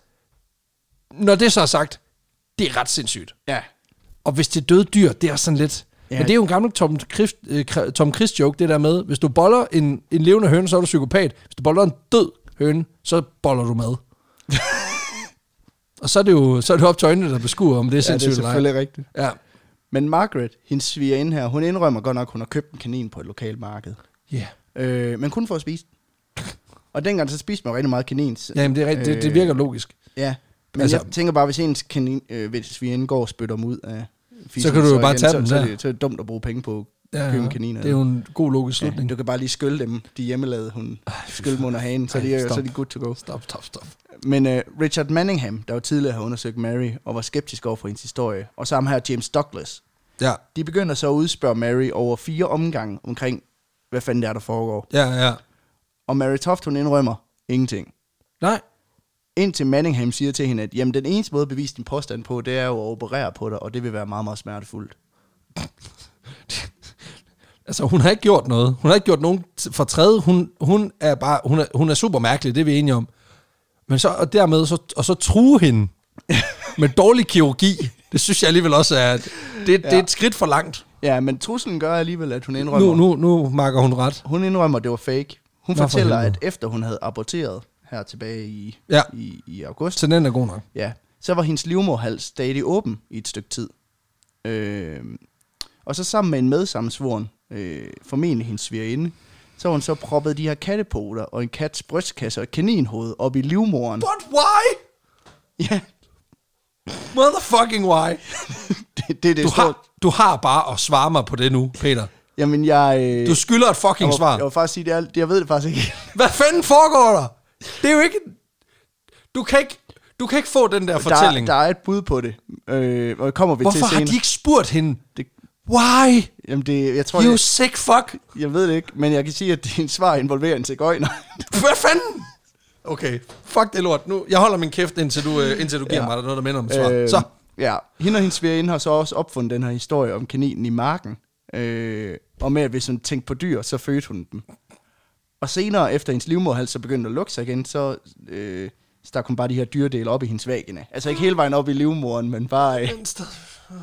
Speaker 1: Når det så er sagt, det er ret sindssygt.
Speaker 2: Ja.
Speaker 1: Og hvis det er døde dyr, det er sådan lidt... Ja.
Speaker 2: Ja.
Speaker 1: Men det er jo en gammel Tom, Christ, øh, Kr- Tom Christ joke, det der med, hvis du boller en, en levende høne, så er du psykopat. Hvis du boller en død høne, så boller du mad. Og så er det jo så er det op til øjnene, der beskuer, om det er
Speaker 2: ja, det er
Speaker 1: sindssygt eller ej.
Speaker 2: selvfølgelig rigtigt.
Speaker 1: Ja,
Speaker 2: Men Margaret, hendes svigerinde her, hun indrømmer godt nok, hun har købt en kanin på et lokalt marked.
Speaker 1: yeah.
Speaker 2: Øh, men kun for at spise den. Og dengang så spiste man rigtig meget kanin. så-
Speaker 1: Jamen, det, er rigtigt, det, det
Speaker 2: Øh,
Speaker 1: virker logisk.
Speaker 2: Ja, men altså,
Speaker 1: Altså-
Speaker 2: jeg tænker bare, hvis ens kanin, øh, hvis vi indgår og spytter dem ud af fisen,
Speaker 1: Så kan du jo bare tage
Speaker 2: så,
Speaker 1: dem
Speaker 2: så, er
Speaker 1: der.
Speaker 2: det, så er det dumt at bruge penge på
Speaker 1: Ja,
Speaker 2: at købe en kanin.
Speaker 1: det er jo en god logisk slutning.
Speaker 2: Ja, du kan bare lige skylle dem, de hjemmelavede hun. Skylle dem under hanen, så, er
Speaker 1: Ej,
Speaker 2: de, er- så er
Speaker 1: stop.
Speaker 2: de good to go.
Speaker 1: Stop, stop, stop.
Speaker 2: Men øh, Richard Manningham, der jo tidligere har undersøgt Mary og var skeptisk over for hendes historie, og sammen her James Douglas,
Speaker 1: Ja,
Speaker 2: de begynder så at udspørge Mary over fire omgange omkring, hvad fanden det er, der foregår.
Speaker 1: ja, ja.
Speaker 2: Og Mary Toft, hun indrømmer ingenting.
Speaker 1: Nej,
Speaker 2: Indtil Manningham siger til hende, at jamen, den eneste måde at bevise din påstand på, det er jo at operere på dig, og det vil være meget, meget smertefuldt.
Speaker 1: altså hun har ikke gjort noget. Hun har ikke gjort nogen t- fortræd. Hun, hun er bare, hun er, hun er super mærkelig, det er vi enige om. Men så, og dermed, så, og så true hende med dårlig kirurgi. Det synes jeg alligevel også er, at det, ja. det er et skridt for langt.
Speaker 2: Ja, men truslen gør alligevel, at hun indrømmer,
Speaker 1: Nu, nu, nu markerer hun ret.
Speaker 2: Hun indrømmer, at det var fake. Hun
Speaker 1: Nå, for
Speaker 2: fortæller, at
Speaker 1: helvede.
Speaker 2: efter hun havde aborteret her tilbage i,
Speaker 1: Ja.
Speaker 2: i, i august,
Speaker 1: Så den er god nok.
Speaker 2: ja, så var hendes livmorhals stadig åben i et stykke tid. Øh, og så sammen med en medsammensvoren, øh, formentlig hendes svigerinde, så har hun så proppet de her kattepoter og en kats brystkasse og et kaninhoved op i livmoren.
Speaker 1: But why?
Speaker 2: Ja,
Speaker 1: Motherfucking why?
Speaker 2: det, det, det
Speaker 1: Du
Speaker 2: er stort.
Speaker 1: har, du har bare at svare mig på det nu, Peter.
Speaker 2: Jamen, jeg... Øh,
Speaker 1: Du skylder et fucking
Speaker 2: jeg, må,
Speaker 1: svar.
Speaker 2: jeg må faktisk sige, det er, jeg ved det faktisk ikke.
Speaker 1: Hvad fanden foregår der? Det er jo ikke... Du kan ikke, du kan ikke få den der fortælling.
Speaker 2: Der, der er et bud på det, øh, og det kommer vi til
Speaker 1: Hvorfor
Speaker 2: senere.
Speaker 1: har de ikke spurgt hende?
Speaker 2: Det-
Speaker 1: Why?
Speaker 2: Jamen, det, jeg tror,
Speaker 1: You
Speaker 2: jeg,
Speaker 1: sick fuck.
Speaker 2: jeg ved det ikke, men jeg kan sige, at din svar involverer en cigøjner.
Speaker 1: Hvad fanden? Okay, fuck det lort. Nu, jeg holder min kæft, indtil du, øh, indtil du giver
Speaker 2: Ja. Øh.
Speaker 1: mig noget, der minder om et svar. Så,
Speaker 2: Ja, hende og hendes svigerinde har så også opfundet den her historie om kaninen i marken. Øh, og med, at hvis hun tænkte på dyr, så fødte hun dem. Og senere, efter hendes livmoderhals så begyndte at lukke sig igen, så øh, stak hun bare de her dyredele op i hendes vagina. Altså ikke hele vejen op i livmoderen, men bare... Øh.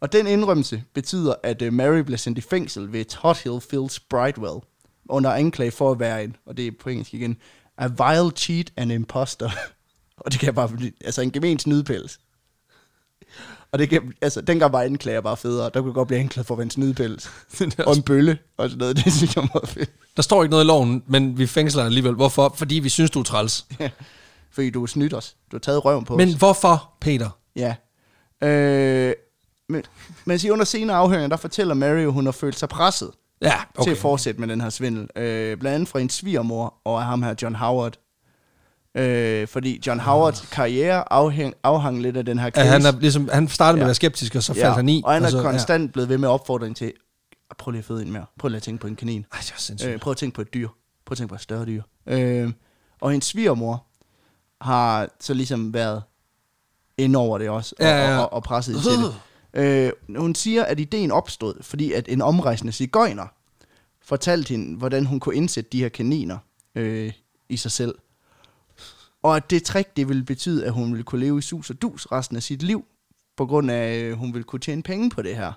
Speaker 2: Og den indrømmelse betyder, at øh, Mary blev sendt i fængsel ved Tothill Fields Bridewell, under anklage for at være en, og det er på engelsk igen, a vile cheat and imposter. og det kan jeg bare blive, altså en gemen snydepels. Og det kan, altså, dengang var anklager bare federe. Der kunne godt blive anklaget for at være en snydepels.
Speaker 1: Det er
Speaker 2: og en bølle og sådan noget. Det synes jeg var fedt.
Speaker 1: der står ikke noget i loven, men vi fængsler dig alligevel. Hvorfor? Fordi vi synes, du er træls.
Speaker 2: Fordi du har snydt os. Du har taget røven på os.
Speaker 1: Men hvorfor, Peter?
Speaker 2: Ja. Øh, men, men siger, under senere afhøringer, der fortæller Mary, at hun har følt sig presset
Speaker 1: Ja,
Speaker 2: okay. til
Speaker 1: okay.
Speaker 2: at fortsætte med den her svindel. Øh, blandt andet fra en svigermor og af ham her, John Howard. Øh, fordi John Howards karriere afhæng, afhang lidt af den her
Speaker 1: Ja,
Speaker 2: case.
Speaker 1: Ah. han, er ligesom, han startede med
Speaker 2: Ja.
Speaker 1: at være skeptisk, og så faldt han i. Altså,
Speaker 2: Og han er
Speaker 1: så,
Speaker 2: konstant ja. blevet ved med opfordringen til, prøv lige at føde en mere. Prøv lige at tænke på en kanin.
Speaker 1: Ja. Ej, det er sindssygt.
Speaker 2: Øh, prøv at tænke på et dyr. Prøv at tænke på et større dyr. Øh, og hendes svigermor har så ligesom været ind over det også, og,
Speaker 1: Ja, ja, ja.
Speaker 2: og, og presset hende til det. Øh, hun siger, at ideen opstod, fordi at en omrejsende cigøjner fortalte hende, hvordan hun kunne indsætte de her kaniner øh, i sig selv. Og at det trick, det ville betyde, at hun ville kunne leve i sus og dus resten af sit liv, på grund af, at hun ville kunne tjene penge på det her.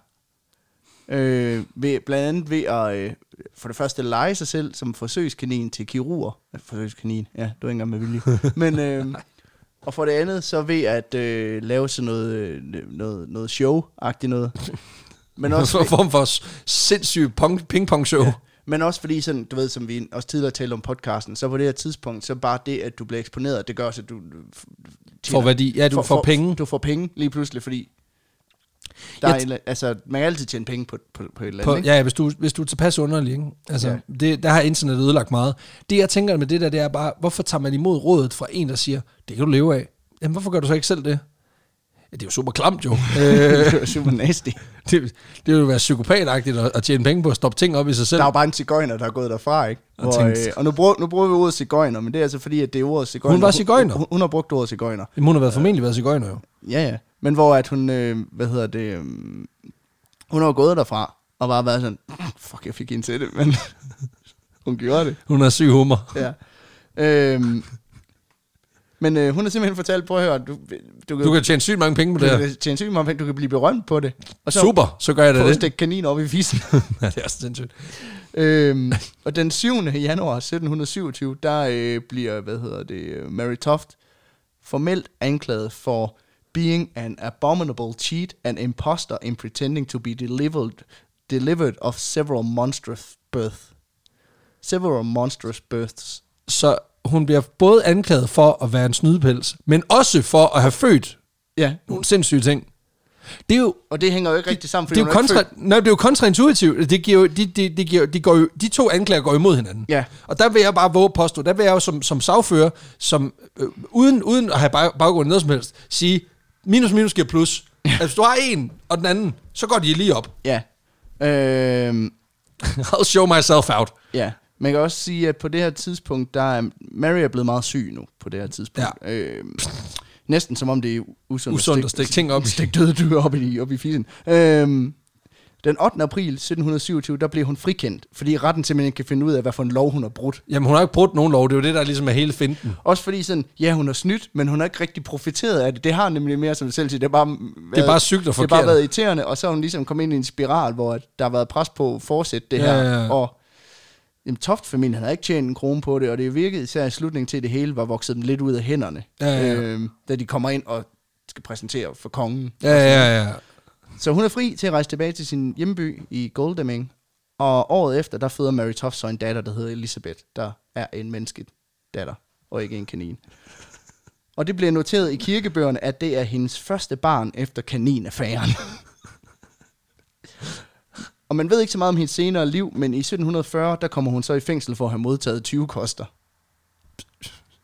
Speaker 2: Øh, ved, blandt andet ved at øh, for det første lege sig selv som forsøgskanin til kirurger. Øh, Forsøgskanin, ja, det var ikke engang med vilje. Men, øh, og for det andet, så ved at øh, lave sådan noget, øh, noget, noget show-agtigt noget. Men også,
Speaker 1: en form for s- sindssyg pong- ping-pong-show. Ja.
Speaker 2: men også fordi, sådan, du ved, som vi også tidligere talte om podcasten, så på det her tidspunkt, så bare det, at du bliver eksponeret, det gør også, at du... øh, f- tjener-
Speaker 1: For værdi. Ja, du
Speaker 2: får-
Speaker 1: får
Speaker 2: får-
Speaker 1: penge.
Speaker 2: Du får penge lige pludselig, fordi... Der
Speaker 1: Jeg
Speaker 2: er
Speaker 1: t-
Speaker 2: en, eller- altså, man kan altid tjene penge på, på, på et eller andet,
Speaker 1: På,
Speaker 2: ikke?
Speaker 1: ja, ja, hvis du, hvis du er tilpas underlig, ikke? Altså,
Speaker 2: Ja.
Speaker 1: ja. det, der har internettet ødelagt meget. Det, jeg tænker med det der, det er bare, hvorfor tager man imod rådet fra en, der siger, det kan du leve af? Jamen, hvorfor gør du så ikke selv det? Ja, det er jo super klamt, jo. øh,
Speaker 2: det var super nasty.
Speaker 1: det, det vil jo være psykopatagtigt at, at tjene penge på at stoppe ting op i sig selv.
Speaker 2: Der er jo bare en cigøjner, der er gået derfra, ikke?
Speaker 1: Og
Speaker 2: Hvor,
Speaker 1: tænkt-
Speaker 2: øh, og nu bruger, nu bruger vi ordet cigøjner, men det er altså fordi, at det er ordet cigøjner.
Speaker 1: var cigøjner.
Speaker 2: Hun, hun, hun har brugt ordet cigøjner.
Speaker 1: Jamen, hun har været, formentlig været cigøjner, jo.
Speaker 2: Ja, ja. Men hvor at hun, øh, hvad hedder det, øh, hun har jo gået derfra, og bare været sådan, fuck, jeg fik en til det, men hun gjorde det.
Speaker 1: Hun har syg humor.
Speaker 2: Ja. Øhm, men øh, hun har simpelthen fortalt, prøv at høre, du, du kan,
Speaker 1: Du kan tjene sygt mange penge på
Speaker 2: du
Speaker 1: det her.
Speaker 2: kan tjene sygt meget penge, du kan blive berømt på det. Og så
Speaker 1: Super, så gør jeg
Speaker 2: få et
Speaker 1: det. det.
Speaker 2: stik kanin op i fisen.
Speaker 1: ja, det er også sindssygt.
Speaker 2: øhm, og den 7. januar 1727, der øh, bliver, hvad hedder det, øh, Mary Toft formelt anklaget for being an abominable cheat and imposter in pretending to be delivered, delivered of several monstrous births. Several monstrous births.
Speaker 1: Så hun bliver både anklaget for at være en snydepels, men også for at have født
Speaker 2: Ja,
Speaker 1: nogle sindssyge ting. Det er jo,
Speaker 2: og det hænger jo ikke rigtig sammen, fordi
Speaker 1: det er jo,
Speaker 2: hun ikke
Speaker 1: kontra,
Speaker 2: født-
Speaker 1: nej, det er jo kontraintuitivt. Det giver, jo- de, de, de, giver, de, går jo, de to anklager går imod hinanden.
Speaker 2: Ja.
Speaker 1: Og der vil jeg bare våge at påstå, der vil jeg jo som, som sagfører, som, øh, uden, uden at have bag- baggrund i noget som helst, sige, minus minus giver plus. altså, hvis du har en og den anden, så går de lige op.
Speaker 2: Ja. Øhm,
Speaker 1: I'll show myself out.
Speaker 2: Ja, man kan også sige, at på det her tidspunkt, der er Mary er blevet meget syg nu på det her tidspunkt. Ja. Øh, næsten som om det er usundt,
Speaker 1: Usundt at stikke ting op.
Speaker 2: Stik døde dyr op i, op i fisen. Øh, den 8. april 1727, der blev hun frikendt, fordi retten simpelthen ikke kan finde ud af, hvad for en lov hun har brudt.
Speaker 1: Jamen, hun har ikke brudt nogen lov. Det er jo det, der ligesom er hele finten.
Speaker 2: Også fordi sådan, ja, hun har snydt, men hun har ikke rigtig profiteret af det. Det har nemlig mere, som du selv siger, det er bare, været,
Speaker 1: bare sygt og
Speaker 2: Det har
Speaker 1: forkert.
Speaker 2: bare været irriterende, og så er hun ligesom kommet ind i en spiral, hvor at der har været pres på at fortsætte det
Speaker 1: Ja,
Speaker 2: her.
Speaker 1: ja, ja.
Speaker 2: Og jamen, Toft-familien havde ikke tjent en krone på det, og det virkede især i slutningen til, at det hele var vokset dem lidt ud af hænderne,
Speaker 1: Ja, ja, ja.
Speaker 2: Øhm, da de kommer ind og skal præsentere for kongen.
Speaker 1: Ja, ja, ja.
Speaker 2: Så hun er fri til at rejse tilbage til sin hjemby i Goldeming, og året efter, der føder Mary Toft så en datter, der hedder Elisabeth, der er en menneskedatter, og ikke en kanin. Og det bliver noteret i kirkebøgerne, at det er hendes første barn efter kaninaffæren. og man ved ikke så meget om hendes senere liv, men i 1740, der kommer hun så i fængsel for at have modtaget 20 koster.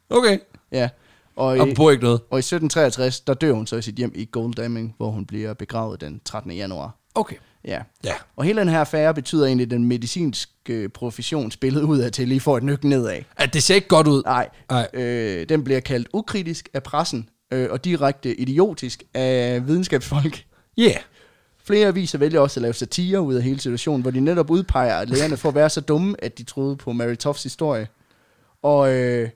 Speaker 1: Okay.
Speaker 2: Ja. Og, i,
Speaker 1: Og bruger ikke noget.
Speaker 2: og i 1763, der dør hun så i sit hjem i Goldeming, hvor hun bliver begravet den 13. januar.
Speaker 1: Okay.
Speaker 2: Ja.
Speaker 1: Ja.
Speaker 2: Og hele den her affære betyder egentlig, at den medicinske profession spillet ud af til lige får et nyk nedad.
Speaker 1: At det ser ikke godt ud.
Speaker 2: Nej,
Speaker 1: Nej.
Speaker 2: Øh, den bliver kaldt ukritisk af pressen øh, og direkte idiotisk af videnskabsfolk.
Speaker 1: Yeah.
Speaker 2: Flere aviser vælger også at lave satire ud af hele situationen, hvor de netop udpeger lægerne for at være så dumme, at de troede på Mary Tofts historie. Og øh,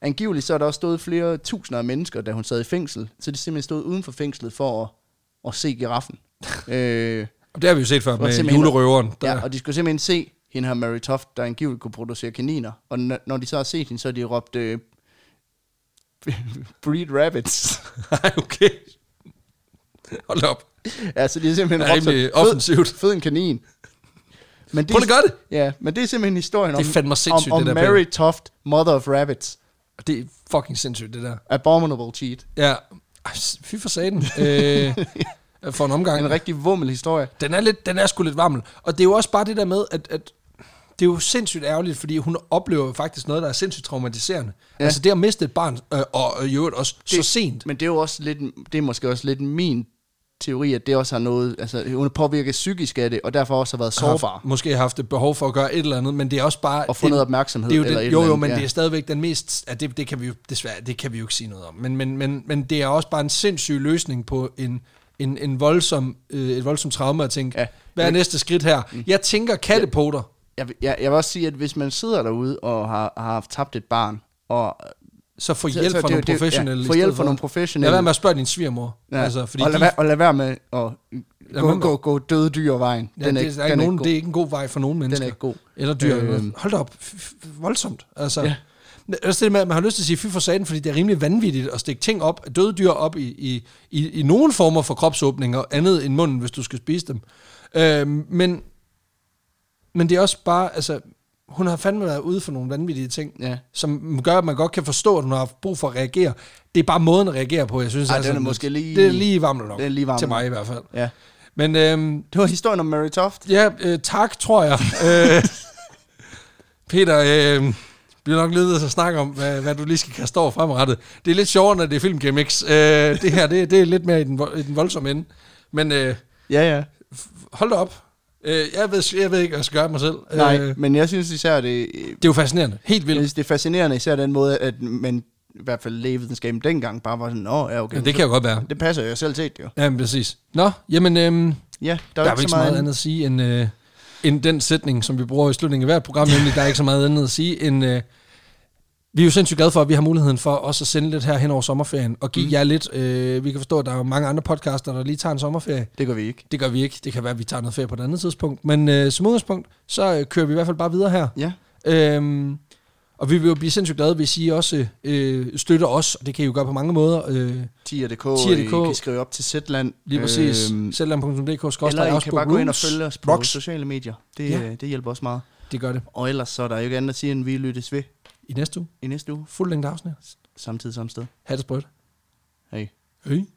Speaker 2: angiveligt så er der også stået flere tusinder af mennesker, da hun sad i fængsel, så de simpelthen stod uden for fængslet for at, at se giraffen. øh,
Speaker 1: Og det har vi jo set før
Speaker 2: var
Speaker 1: med
Speaker 2: simpelthen-
Speaker 1: julerøveren. Der.
Speaker 2: Ja, og de skulle simpelthen se hende her Mary Toft, der angiveligt kunne producere kaniner. Og n- når de så har set hende, så har de råbt, øh, breed rabbits.
Speaker 1: Ej, okay. Hold da op.
Speaker 2: ja, så de har simpelthen
Speaker 1: Det er
Speaker 2: råbt,
Speaker 1: rimelig
Speaker 2: "Fed-
Speaker 1: offensivt."
Speaker 2: Fed en kanin. Men det,
Speaker 1: Prøv at gøre det.
Speaker 2: Ja, men det er simpelthen historien om,
Speaker 1: Det er fandme sindssygt,
Speaker 2: om, om
Speaker 1: det der
Speaker 2: Mary Toft, mother of rabbits,
Speaker 1: Det er fucking sindssygt, det der.
Speaker 2: abominable cheat.
Speaker 1: Ja. Ej, s- Fy for saten. Øh, for en omgang.
Speaker 2: En rigtig vummel historie.
Speaker 1: Den er, lidt, den er sgu lidt varmel. Og det er jo også bare det der med, at, at det er jo sindssygt ærgerligt, fordi hun oplever jo faktisk noget, der er sindssygt traumatiserende. Ja. Altså det at miste et barn, øh, og og i øvrigt også det, så sent.
Speaker 2: Men det er jo også lidt, det er måske også lidt min teori, at det også har noget, altså hun er påvirket psykisk af det, og derfor også har været sårbar.
Speaker 1: Haft, måske haft et behov for at gøre et eller andet, men det er også bare...
Speaker 2: Og få
Speaker 1: det-
Speaker 2: noget opmærksomhed
Speaker 1: Det er jo,
Speaker 2: eller
Speaker 1: den,
Speaker 2: et
Speaker 1: jo,
Speaker 2: eller
Speaker 1: jo,
Speaker 2: andet,
Speaker 1: men
Speaker 2: ja.
Speaker 1: det er stadigvæk den mest... Ja, det, det kan vi jo desværre det kan vi jo ikke sige noget om. Men, men, men, men det er også bare en sindssyg løsning på en, en, en voldsom, øh, et voldsomt traume at tænke, ja.
Speaker 2: Ja.
Speaker 1: hvad er næste skridt her? Mm. Jeg tænker kattepoter.
Speaker 2: jeg, vil- jeg, jeg vil også sige, at hvis man sidder derude og har, har haft tabt et barn, og
Speaker 1: Så få
Speaker 2: Så-
Speaker 1: hjælp
Speaker 2: så
Speaker 1: fra
Speaker 2: det
Speaker 1: nogle
Speaker 2: er jo- det er jo- ja,
Speaker 1: professionelle.
Speaker 2: få
Speaker 1: i stedet
Speaker 2: hjælp fra
Speaker 1: for.
Speaker 2: nogle professionelle.
Speaker 1: Lad være med at spørge din svigermor. Ja.
Speaker 2: ja,
Speaker 1: Altså, fordi
Speaker 2: og lad,
Speaker 1: de,
Speaker 2: være, og lad være med at
Speaker 1: Lad
Speaker 2: gå,
Speaker 1: være med-
Speaker 2: gå, gå døde dyr vejen.
Speaker 1: ja, det, er, der er ikke
Speaker 2: den
Speaker 1: nogen,
Speaker 2: god.
Speaker 1: det er ikke en god vej for nogen mennesker.
Speaker 2: ikke god.
Speaker 1: Eller dyr. Øh,
Speaker 2: Øhm.
Speaker 1: Hold da op. F- f- voldsomt. Altså, ja.
Speaker 2: Ja.
Speaker 1: Også det med, at man har lyst til at sige fy for saten, fordi det er rimelig vanvittigt at stikke ting op, døde dyr op i, i, i, i nogen former for kropsåbninger, andet end munden, hvis du skal spise dem. Øh, men, men det er også bare, altså, hun har fandme været ude for nogle vanvittige ting,
Speaker 2: Ja.
Speaker 1: som gør, at man godt kan forstå, at hun har haft brug for at reagere. Det er bare måden at reagere på, jeg synes.
Speaker 2: Ej,
Speaker 1: altså,
Speaker 2: den er måske lige-
Speaker 1: Det er lige varmt nok.
Speaker 2: Den er lige varmel
Speaker 1: Til mig
Speaker 2: nok.
Speaker 1: i hvert fald.
Speaker 2: Ja.
Speaker 1: Men øhm,
Speaker 2: Det var historien om Mary Toft.
Speaker 1: Ja, øh, tak, tror jeg. øh, Peter, øh, bliver nok ledet til at snakke om, hvad, hvad du lige skal kaste over fremrettet. Det er lidt sjovere, når det er filmgimmicks. Øh, det her, det, det er lidt mere i den, vo- i den voldsomme ende. Men øh,
Speaker 2: Ja, ja.
Speaker 1: hold da op. Øh, jeg, ved, jeg ved ikke, hvad jeg skal gøre mig selv.
Speaker 2: Nej,
Speaker 1: Øh, det
Speaker 2: men jeg synes især, det,
Speaker 1: er jo fascinerende. Helt
Speaker 2: jeg
Speaker 1: vildt.
Speaker 2: synes, det er fascinerende, især den måde, at man i hvert fald lægevidenskaben dengang bare var sådan, nå, ja, okay.
Speaker 1: Ja, det kan jo godt være.
Speaker 2: det passer jo jeg selv set, jo.
Speaker 1: Ja, men præcis. Nå, jamen, øh, der,
Speaker 2: Ja,
Speaker 1: der
Speaker 2: der,
Speaker 1: er jo ikke så meget andet at sige end, øh, end den sætning, som vi bruger i slutningen af hvert program, nemlig der er ikke så meget andet at sige end... Øh, Vi er jo sindssygt glade for, at vi har muligheden for også at sende lidt her hen over sommerferien, og give mm. jer lidt, øh, vi kan forstå, at der er jo mange andre podcaster, der lige tager en sommerferie.
Speaker 2: Det gør vi ikke.
Speaker 1: Det gør vi ikke. Det kan være, at vi tager noget ferie på et andet tidspunkt. Men øh, som udgangspunkt, så øh, kører vi i hvert fald bare videre her.
Speaker 2: Ja,
Speaker 1: Øhm, Og vi vil jo blive sindssygt glade, hvis I også øh, støtter os, og det kan I jo gøre på mange måder. Øh,
Speaker 2: Tier.dk,
Speaker 1: Tier.dk.
Speaker 2: I kan skrive op til Zetland.
Speaker 1: lige præcis,
Speaker 2: Øhm,
Speaker 1: øhm, selvland.dk skal også
Speaker 2: eller I kan bare gå ind og følge os på
Speaker 1: Rocks,
Speaker 2: sociale medier. Det,
Speaker 1: Ja.
Speaker 2: ja. det hjælper også meget.
Speaker 1: det gør det.
Speaker 2: Og ellers så er der jo ikke andet at sige, end vi lyttes ved
Speaker 1: I næste uge,
Speaker 2: i næste uge.
Speaker 1: fuld længde afsnit.
Speaker 2: Samtidig samme sted.
Speaker 1: Ha' det sprødt.
Speaker 2: Hej.
Speaker 1: Hej.